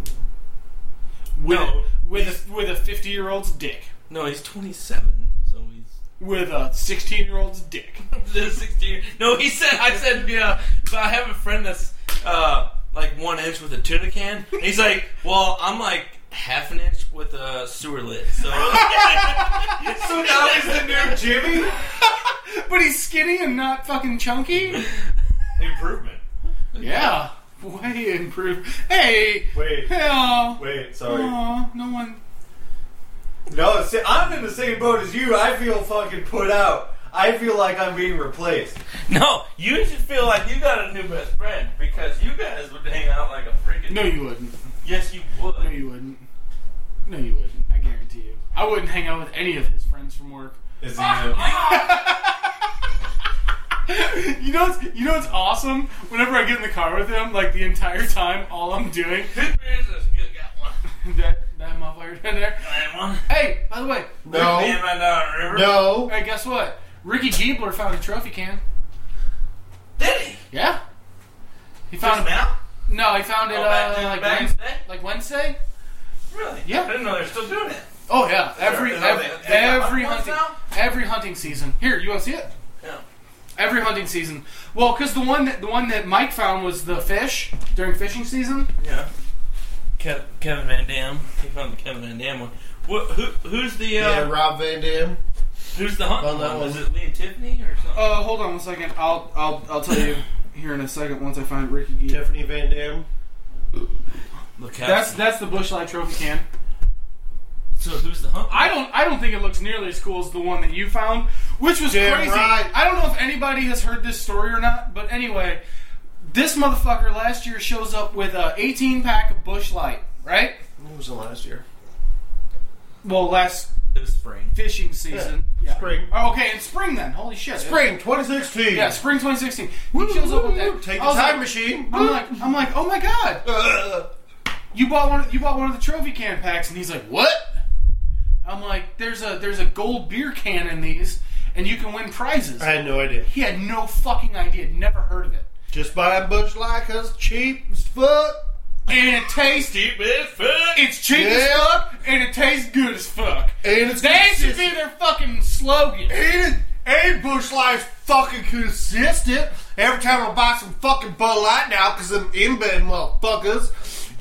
Speaker 3: With,
Speaker 4: No,
Speaker 3: with, a, with a 50 year old's dick.
Speaker 4: No, he's 27. So he's.
Speaker 3: With a 16 year old's dick.
Speaker 4: There's 16. No, he said. I said. Yeah, but I have a friend that's uh like one inch with a tuna can. And he's like, well, I'm like half an inch with a sewer lid. So.
Speaker 5: so now he's the new Jimmy.
Speaker 3: But he's skinny and not fucking chunky?
Speaker 5: Improvement.
Speaker 3: Yeah. Way improved. Hey!
Speaker 5: Wait,
Speaker 3: Hell!
Speaker 5: wait, sorry.
Speaker 3: Aw, no one.
Speaker 5: No, see, I'm in the same boat as you. I feel fucking put out. I feel like I'm being replaced.
Speaker 4: No, you should feel like you got a new best friend because you guys would hang out like a freaking.
Speaker 3: No, you wouldn't.
Speaker 4: Yes, you would.
Speaker 3: No, you wouldn't. No, you wouldn't. I guarantee you. I wouldn't hang out with any of his friends from work.
Speaker 5: Is he? a-
Speaker 3: You know, what's, you know what's awesome? Whenever I get in the car with him, like the entire time, all I'm doing
Speaker 4: Who beers is good? Got one.
Speaker 3: that that motherfucker down there.
Speaker 4: I had one.
Speaker 3: Hey, by the way,
Speaker 4: Me and
Speaker 2: No.
Speaker 4: my daughter, River.
Speaker 2: No.
Speaker 3: hey, guess what? Ricky Giebler found a trophy can.
Speaker 4: Did he?
Speaker 3: Yeah, he
Speaker 4: Just
Speaker 3: found it.
Speaker 4: now?
Speaker 3: No, he found it
Speaker 4: Oh, back
Speaker 3: uh,
Speaker 4: to-
Speaker 3: like,
Speaker 4: back
Speaker 3: Wednesday,
Speaker 4: today?
Speaker 3: like Wednesday.
Speaker 4: Really?
Speaker 3: Yeah.
Speaker 4: I didn't know they're still doing it.
Speaker 3: Oh yeah, every
Speaker 4: Sure.
Speaker 3: every,
Speaker 4: They- they got
Speaker 3: every
Speaker 4: ones
Speaker 3: hunting
Speaker 4: now?
Speaker 3: every hunting season. Here, you want to see it?
Speaker 4: Yeah.
Speaker 3: Every hunting season. Well, because the one that the one that Mike found was the fish during fishing season.
Speaker 4: Yeah. Kev- Kevin Van Dam. He found the Kevin Van Dam one. What, who, who's the uh,
Speaker 2: Yeah, Rob Van Dam.
Speaker 4: who's the hunt
Speaker 2: Found that
Speaker 4: one?
Speaker 2: one.
Speaker 4: Was it Lee and Tiffany or something?
Speaker 3: Uh, hold on one second. I'll I'll I'll tell you here in a second once I find Ricky Giebler.
Speaker 2: Tiffany Van Dam.
Speaker 4: Look out.
Speaker 3: That's that's the bushlight trophy can.
Speaker 4: so who's the hunt?
Speaker 3: I don't I don't think it looks nearly as cool as the one that you found, which was
Speaker 2: Damn
Speaker 3: crazy.
Speaker 2: right.
Speaker 3: I don't know if anybody has heard this story or not, but anyway, this motherfucker last year shows up with a 18 pack of bushlight, right?
Speaker 2: What was the last year?
Speaker 3: Well, last
Speaker 4: It was spring.
Speaker 3: fishing season. Yeah.
Speaker 2: Spring.
Speaker 3: Oh, okay, in spring then. Holy shit.
Speaker 2: Spring 2016.
Speaker 3: Yeah, spring 2016. He shows up with that.
Speaker 2: Take
Speaker 3: I
Speaker 2: the
Speaker 3: was
Speaker 2: time
Speaker 3: like,
Speaker 2: machine.
Speaker 3: I'm like, I'm like, oh my god. you bought one. You bought one of the trophy can packs, and he's like, "What?" I'm like, "There's a there's a gold beer can in these, and you can win prizes."
Speaker 2: I had no idea.
Speaker 3: He had no fucking idea. Never heard of it.
Speaker 2: Just buying Bush Light 'cause it's cheap as fuck.
Speaker 3: And it tastes.
Speaker 4: Deep as fuck.
Speaker 3: It's cheap as
Speaker 2: Yeah.
Speaker 3: fuck, and it tastes good as fuck.
Speaker 2: And it's
Speaker 3: That should be
Speaker 2: consistent.
Speaker 3: their fucking slogan.
Speaker 2: And, and Bush Light's fucking consistent. Every time I buy some fucking Bud Light now because them inbred motherfuckers.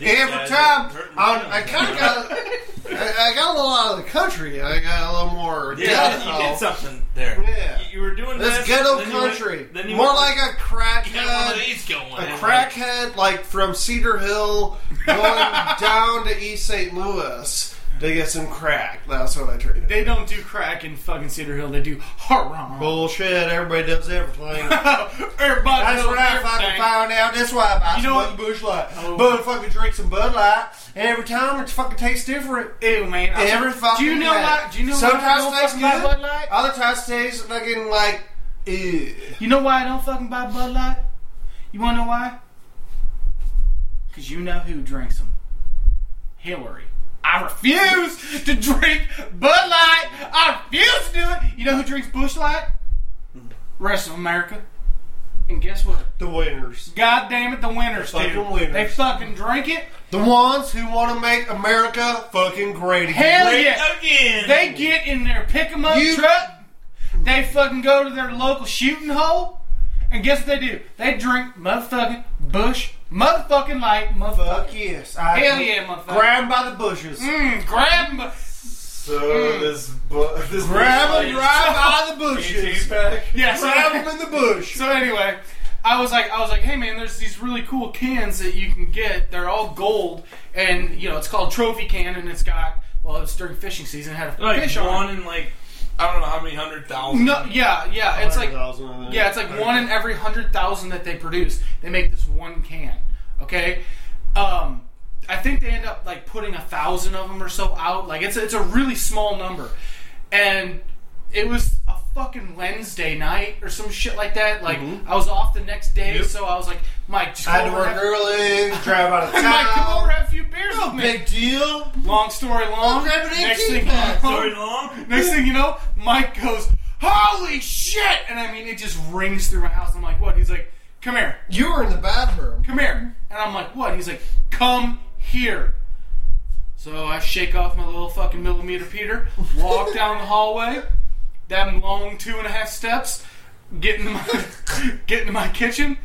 Speaker 2: Every
Speaker 4: guys
Speaker 2: time
Speaker 4: are hurting
Speaker 2: I, I
Speaker 4: my
Speaker 2: kind of got, I, I got a little out of the country. I got a little more.
Speaker 4: Yeah,
Speaker 2: death,
Speaker 4: you did
Speaker 2: so-
Speaker 4: something there.
Speaker 2: Oh. Yeah.
Speaker 4: You, you were doing
Speaker 2: This
Speaker 4: this.
Speaker 2: ghetto
Speaker 4: then you went-
Speaker 2: country.
Speaker 4: then you
Speaker 2: More
Speaker 4: went-
Speaker 2: like uh, a
Speaker 4: you got one of
Speaker 2: crackhead.
Speaker 4: these going.
Speaker 2: A crackhead, like from Cedar Hill, going down to East St. Louis to get some crack. That's what I treat it.
Speaker 3: They don't do crack in fucking Cedar Hill. They do haram.
Speaker 2: Bullshit. Everybody does everything.
Speaker 3: Everybody
Speaker 2: That's
Speaker 3: knows
Speaker 2: what I
Speaker 3: everything.
Speaker 2: fucking found out. That's why I buy
Speaker 3: You
Speaker 2: some
Speaker 3: know
Speaker 2: fucking Bush Light.
Speaker 3: Oh.
Speaker 2: But I fucking drink some Bud Light, and every time it fucking tastes different.
Speaker 3: Ew, man. I-
Speaker 2: Every fucking
Speaker 3: Do you know
Speaker 2: day.
Speaker 3: why? Do you know
Speaker 2: Sometimes
Speaker 3: why I
Speaker 2: it
Speaker 3: don't
Speaker 2: tastes
Speaker 3: fucking buy
Speaker 2: good.
Speaker 3: Bud Light?
Speaker 2: Other times it tastes fucking like, eh. ew.
Speaker 3: You know why I don't fucking buy Bud Light? You wanna know why? Because you know who drinks them? Hillary. I refuse to drink Bud Light. I refuse to do it. You know who drinks Bush Light? Rest of America. And guess what?
Speaker 2: The winners.
Speaker 3: God damn it, the winners
Speaker 2: Fucking
Speaker 3: do.
Speaker 2: winners.
Speaker 3: They fucking drink it.
Speaker 2: The ones who want to make America fucking great again.
Speaker 3: Hell yeah.
Speaker 4: Again.
Speaker 3: They get in their pick 'em up
Speaker 2: You-
Speaker 3: truck. They fucking go to their local shooting hole. And guess what they do? They drink motherfucking Bush, motherfucking light, motherfucking.
Speaker 2: Fuck yes. I
Speaker 3: Hell yeah, motherfucker.
Speaker 2: Grab 'em by the bushes.
Speaker 3: Mm, grab 'em, but-
Speaker 5: So this bu- this
Speaker 2: Grab
Speaker 5: this
Speaker 2: them right by the bushes.
Speaker 5: BT pack.
Speaker 3: Yeah, so,
Speaker 2: Grab them in the bush.
Speaker 3: so anyway, I was like, I was like, hey man, there's these really cool cans that you can get. They're all gold, and you know it's called trophy can, and it's got well, it was during fishing season, it had a
Speaker 4: like
Speaker 3: fish on.
Speaker 4: one
Speaker 3: it.
Speaker 4: in like I don't know how many hundred thousand.
Speaker 3: No, yeah, yeah, it's like yeah,
Speaker 2: yeah.
Speaker 3: it's like one in every hundred thousand that they produce. They make this one can. Okay, um, I think they end up like putting a thousand of them or so out. Like it's a, it's a really small number, and it was a fucking Wednesday night or some shit like that. Like I was off the next day, so I was like, Mike, just
Speaker 2: Mm-hmm. I had to
Speaker 3: come over
Speaker 2: work
Speaker 3: and have-
Speaker 2: early, drive out of
Speaker 3: Mike, come over
Speaker 2: town.
Speaker 3: and have a few beers with me.
Speaker 2: Big deal.
Speaker 3: Long story long.
Speaker 2: grab an
Speaker 3: next
Speaker 2: 18
Speaker 3: thing,
Speaker 2: pack.
Speaker 4: Story long.
Speaker 3: Next thing you know, Mike goes, "Holy shit!" And I mean, it just rings through my house. I'm like, "What?" He's like, "Come here,
Speaker 2: You were in the bathroom.
Speaker 3: come here," and I'm like, "What?" He's like, "Come here." So I shake off my little fucking millimeter Peter, walk down the hallway, that long two and a half steps, get into my get into my kitchen,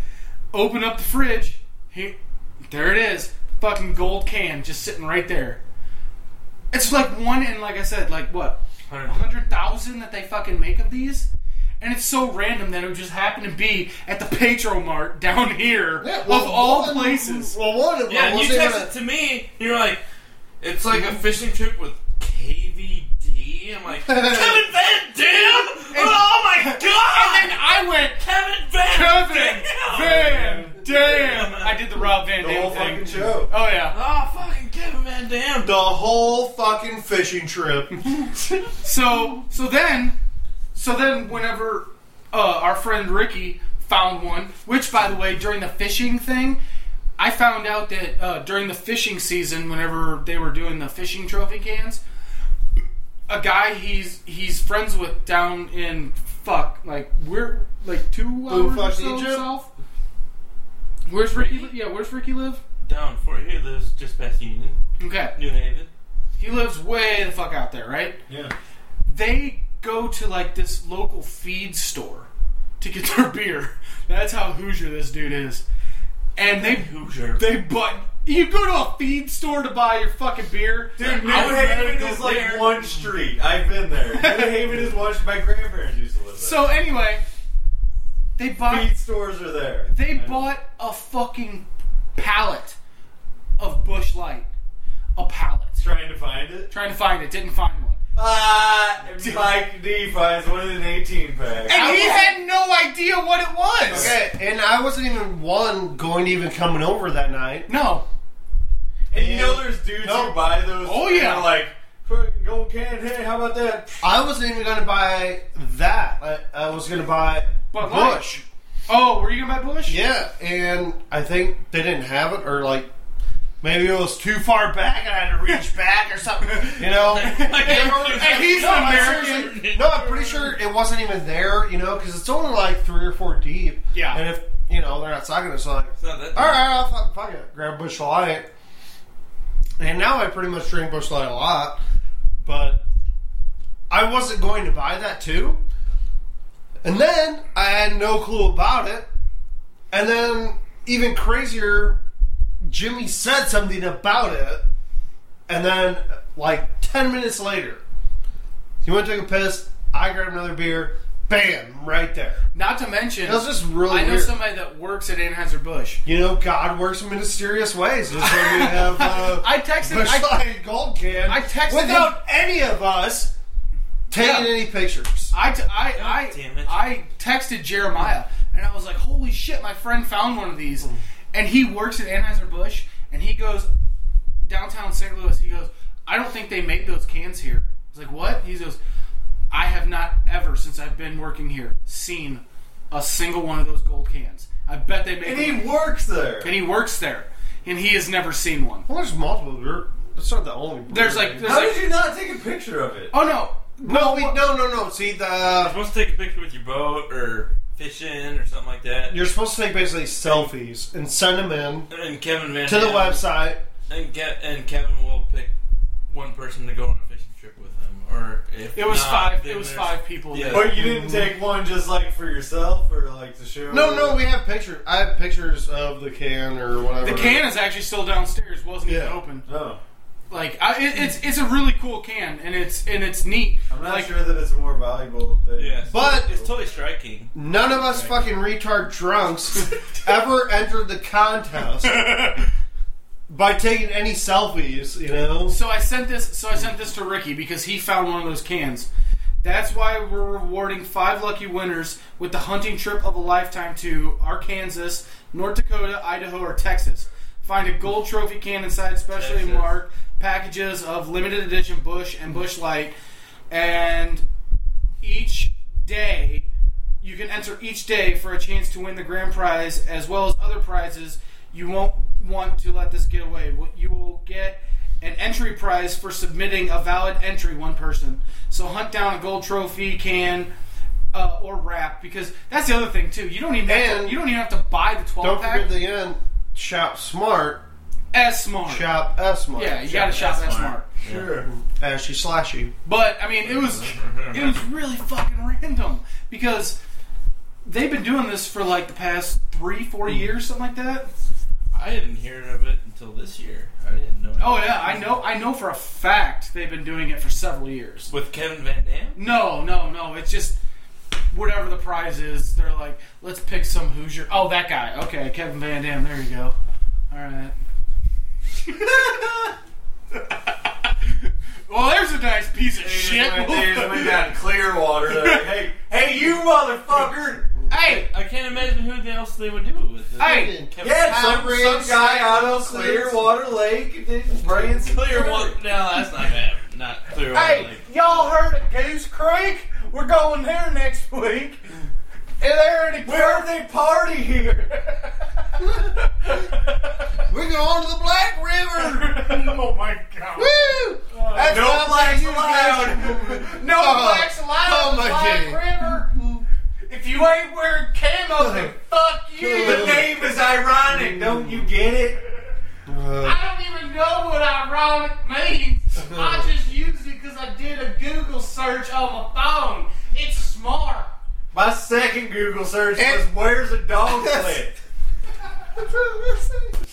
Speaker 3: open up the fridge. Here, there it is, fucking gold can just sitting right there. It's like one in, like I said, like what hundred thousand that they fucking make of these, and it's so random that it would just happen to be at the Petro Mart down here of all
Speaker 2: one-
Speaker 3: places.
Speaker 2: Well, one of them
Speaker 4: Yeah, and you
Speaker 2: wasn't
Speaker 4: text
Speaker 2: even
Speaker 4: it to me. You're like, it's like a fishing trip with KVD. I'm like, Kevin Van Dam. Oh my god.
Speaker 3: And then I went
Speaker 4: Kevin Van
Speaker 3: Kevin
Speaker 4: Dam.
Speaker 3: Van Dam. I did the Rob Van
Speaker 5: The whole
Speaker 3: Dam
Speaker 5: fucking
Speaker 3: thing.
Speaker 5: show.
Speaker 3: Oh yeah.
Speaker 4: Oh fucking Kevin Van Dam.
Speaker 2: The whole fucking fishing trip.
Speaker 3: So so then so then whenever uh, our friend Ricky found one, which by the way during the fishing thing. I found out that uh, during the fishing season, whenever they were doing the fishing trophy cans, a guy he's he's friends with down in fuck like we're like two hours or
Speaker 2: fuck,
Speaker 3: so
Speaker 2: Egypt?
Speaker 3: south. Where's Ricky? li- Yeah, where's Ricky live?
Speaker 4: Down Fort Here lives just past Union,
Speaker 3: Okay,
Speaker 4: New Haven.
Speaker 3: he lives way the fuck out there, right?
Speaker 5: Yeah.
Speaker 3: They go to like this local feed store to get their beer. That's how Hoosier this dude is, and they
Speaker 4: Hoosier.
Speaker 3: They but you go to a feed store to buy your fucking beer.
Speaker 5: Dude, New
Speaker 4: I would rather
Speaker 5: Haven
Speaker 4: go
Speaker 5: is like
Speaker 4: there.
Speaker 5: one street. I've been there. New Haven is one. My grandparents used to live there.
Speaker 3: So anyway, they buy
Speaker 5: feed stores are there.
Speaker 3: They
Speaker 5: And
Speaker 3: bought a fucking pallet of Bush Light. A pallet.
Speaker 5: trying to find it.
Speaker 3: Trying to find it, didn't find one.
Speaker 5: Ah, Mike D finds one in an 18 pack.
Speaker 3: And he
Speaker 2: was-
Speaker 3: had no idea what it was.
Speaker 2: Okay, and I wasn't even one going to even coming over that night.
Speaker 3: No.
Speaker 5: And you know there's dudes who buy those.
Speaker 3: Oh,
Speaker 5: and
Speaker 3: yeah.
Speaker 5: they're like fucking gold can. Hey, how about that?
Speaker 2: I wasn't even going to buy that. I, I was going to buy
Speaker 3: Bud Light.
Speaker 2: Bush.
Speaker 3: Oh, were you gonna buy Bush?
Speaker 2: Yeah, and I think they didn't have it, or like maybe it was too far back, and I had to reach back or something. You know.
Speaker 3: And he's an American.
Speaker 2: Seriously, No, I'm pretty sure it wasn't even there, you know, because it's only like three or four deep.
Speaker 3: Yeah.
Speaker 2: And if, you know, they're not sucking, it's like,
Speaker 4: It's not that.
Speaker 2: all right, I'll fuck, fuck it. Grab Bush Light. And now I pretty much drink Bush Light a lot, but I wasn't going to buy that too. And then I had no clue about it. And then, even crazier, Jimmy said something about it. And then, like 10 minutes later, he went to take a piss. I grabbed another beer. Bam! Right there.
Speaker 3: Not to mention
Speaker 2: That was just really
Speaker 3: I know
Speaker 2: weird.
Speaker 3: somebody that works at Anheuser Bush.
Speaker 2: You know, God works in mysterious ways. That's why we have uh,
Speaker 3: I texted
Speaker 2: Bush
Speaker 3: I,
Speaker 2: Light Gold Can.
Speaker 3: I texted
Speaker 2: without
Speaker 3: him-
Speaker 2: any of us taking
Speaker 3: Yeah.
Speaker 2: any pictures.
Speaker 3: I, t- I, I,
Speaker 4: God damn it.
Speaker 3: I texted Jeremiah and I was like, holy shit, my friend found one of these.
Speaker 2: Hmm.
Speaker 3: And he works at Anheuser-Busch and he goes, downtown St. Louis, he goes, I don't think they make those cans here. I was like, what? He goes, I have not ever, since I've been working here, seen a single one of those gold cans. I bet they make
Speaker 5: And
Speaker 3: them.
Speaker 5: he works there.
Speaker 3: And he works there. and he has never seen one.
Speaker 2: Well, there's multiple. We're- That's not the only.
Speaker 3: There's like, there's
Speaker 5: How
Speaker 3: like,
Speaker 5: did you not take a picture of it?
Speaker 3: oh no,
Speaker 2: no, we, no, no, no. See the.
Speaker 4: supposed to take a picture with your boat or fishing or something like that.
Speaker 2: You're supposed to take basically selfies and send them in
Speaker 4: and Kevin Van
Speaker 2: to the
Speaker 4: Dam-
Speaker 2: website.
Speaker 4: And, Ke- and Kevin will pick one person to go on a fishing trip with him, or if
Speaker 3: it was
Speaker 4: not,
Speaker 3: five.
Speaker 4: then
Speaker 3: It was
Speaker 4: there's-
Speaker 3: five people.
Speaker 4: Yeah.
Speaker 3: there.
Speaker 5: But you didn't take one just like for yourself or like to show.
Speaker 2: No, no, we have pictures. I have pictures of the can or whatever.
Speaker 3: The can is actually still downstairs. wasn't even
Speaker 2: Yeah.
Speaker 3: open.
Speaker 5: No,
Speaker 3: Like, I, it, it's it's a really cool can, and it's and it's neat.
Speaker 5: I'm not
Speaker 3: like,
Speaker 5: sure that it's more valuable. Than
Speaker 4: Yeah, it's
Speaker 2: But-
Speaker 4: totally- it's totally striking.
Speaker 2: None of us fucking retard drunks ever entered the contest by taking any selfies, you know?
Speaker 3: So I sent this. So I sent this to Ricky because he found one of those cans. That's why we're rewarding five lucky winners with the hunting trip of a lifetime to Arkansas, North Dakota, Idaho, or Texas. Find a gold trophy can inside specially
Speaker 4: Texas.
Speaker 3: marked packages of limited edition Bush and Bush Light, and each day you can enter each day for a chance to win the grand prize as well as other prizes you won't want to let this get away What- you will get an entry prize for submitting a valid entry one person so hunt down a gold trophy can uh, or wrap because that's the other thing too you don't even have to,
Speaker 2: And-
Speaker 3: you don't even have to buy the 12
Speaker 2: Don't
Speaker 3: pack
Speaker 2: forget the end. Shop smart,
Speaker 3: as smart
Speaker 2: shop S smart.
Speaker 3: yeah you gotta shop that
Speaker 4: That's
Speaker 3: smart.
Speaker 4: smart.
Speaker 5: Sure.
Speaker 2: Ashy slashy.
Speaker 3: But I mean, it was it was really fucking random because they've been doing this for like the past three, four years, something like that.
Speaker 4: I didn't hear of it until this year. I didn't know.
Speaker 3: Oh yeah, I know, I know for a fact they've been doing it for several years.
Speaker 4: With Kevin Van Dam.
Speaker 3: No, no, no. It's just whatever the prize is. They're like, let's pick some Hoosier. Oh, that guy. Okay, Kevin Van Dam. There you go. All right. well, there's a nice piece of shit.
Speaker 5: Shit, they just went down to Clearwater. They're Like, hey, hey, you motherfucker!
Speaker 3: hey,
Speaker 4: I can't imagine who else they would do it with.
Speaker 3: Hey!
Speaker 4: Kevin
Speaker 5: Yeah, some,
Speaker 2: Outrage,
Speaker 5: some guy out of
Speaker 2: clear-
Speaker 5: Clearwater Lake didn't bring in some
Speaker 4: Clear
Speaker 5: dirt.
Speaker 4: water. No, that's not bad. Not clear water.
Speaker 5: Hey, y'all heard of Goose Creek? We're going there next week. And they're in a birthday party here.
Speaker 2: We're going to the Black River!
Speaker 3: oh my god.
Speaker 2: Woo! That's
Speaker 5: no
Speaker 2: what I'm saying,
Speaker 5: blacks
Speaker 2: you guys.
Speaker 5: allowed. no
Speaker 2: Oh,
Speaker 3: Uh-huh.
Speaker 5: blacks allowed.
Speaker 2: oh
Speaker 5: on the
Speaker 2: my
Speaker 5: Black
Speaker 2: God.
Speaker 5: River. If you ain't wearing camo, then fuck you. The name is ironic. Don't you get it?
Speaker 2: Oh.
Speaker 3: I don't even know what ironic means. I just used it because I did a Google search on my phone. It's smart.
Speaker 5: My second Google search
Speaker 2: And-
Speaker 5: was "Where's a dog
Speaker 2: Yes.
Speaker 5: sled?"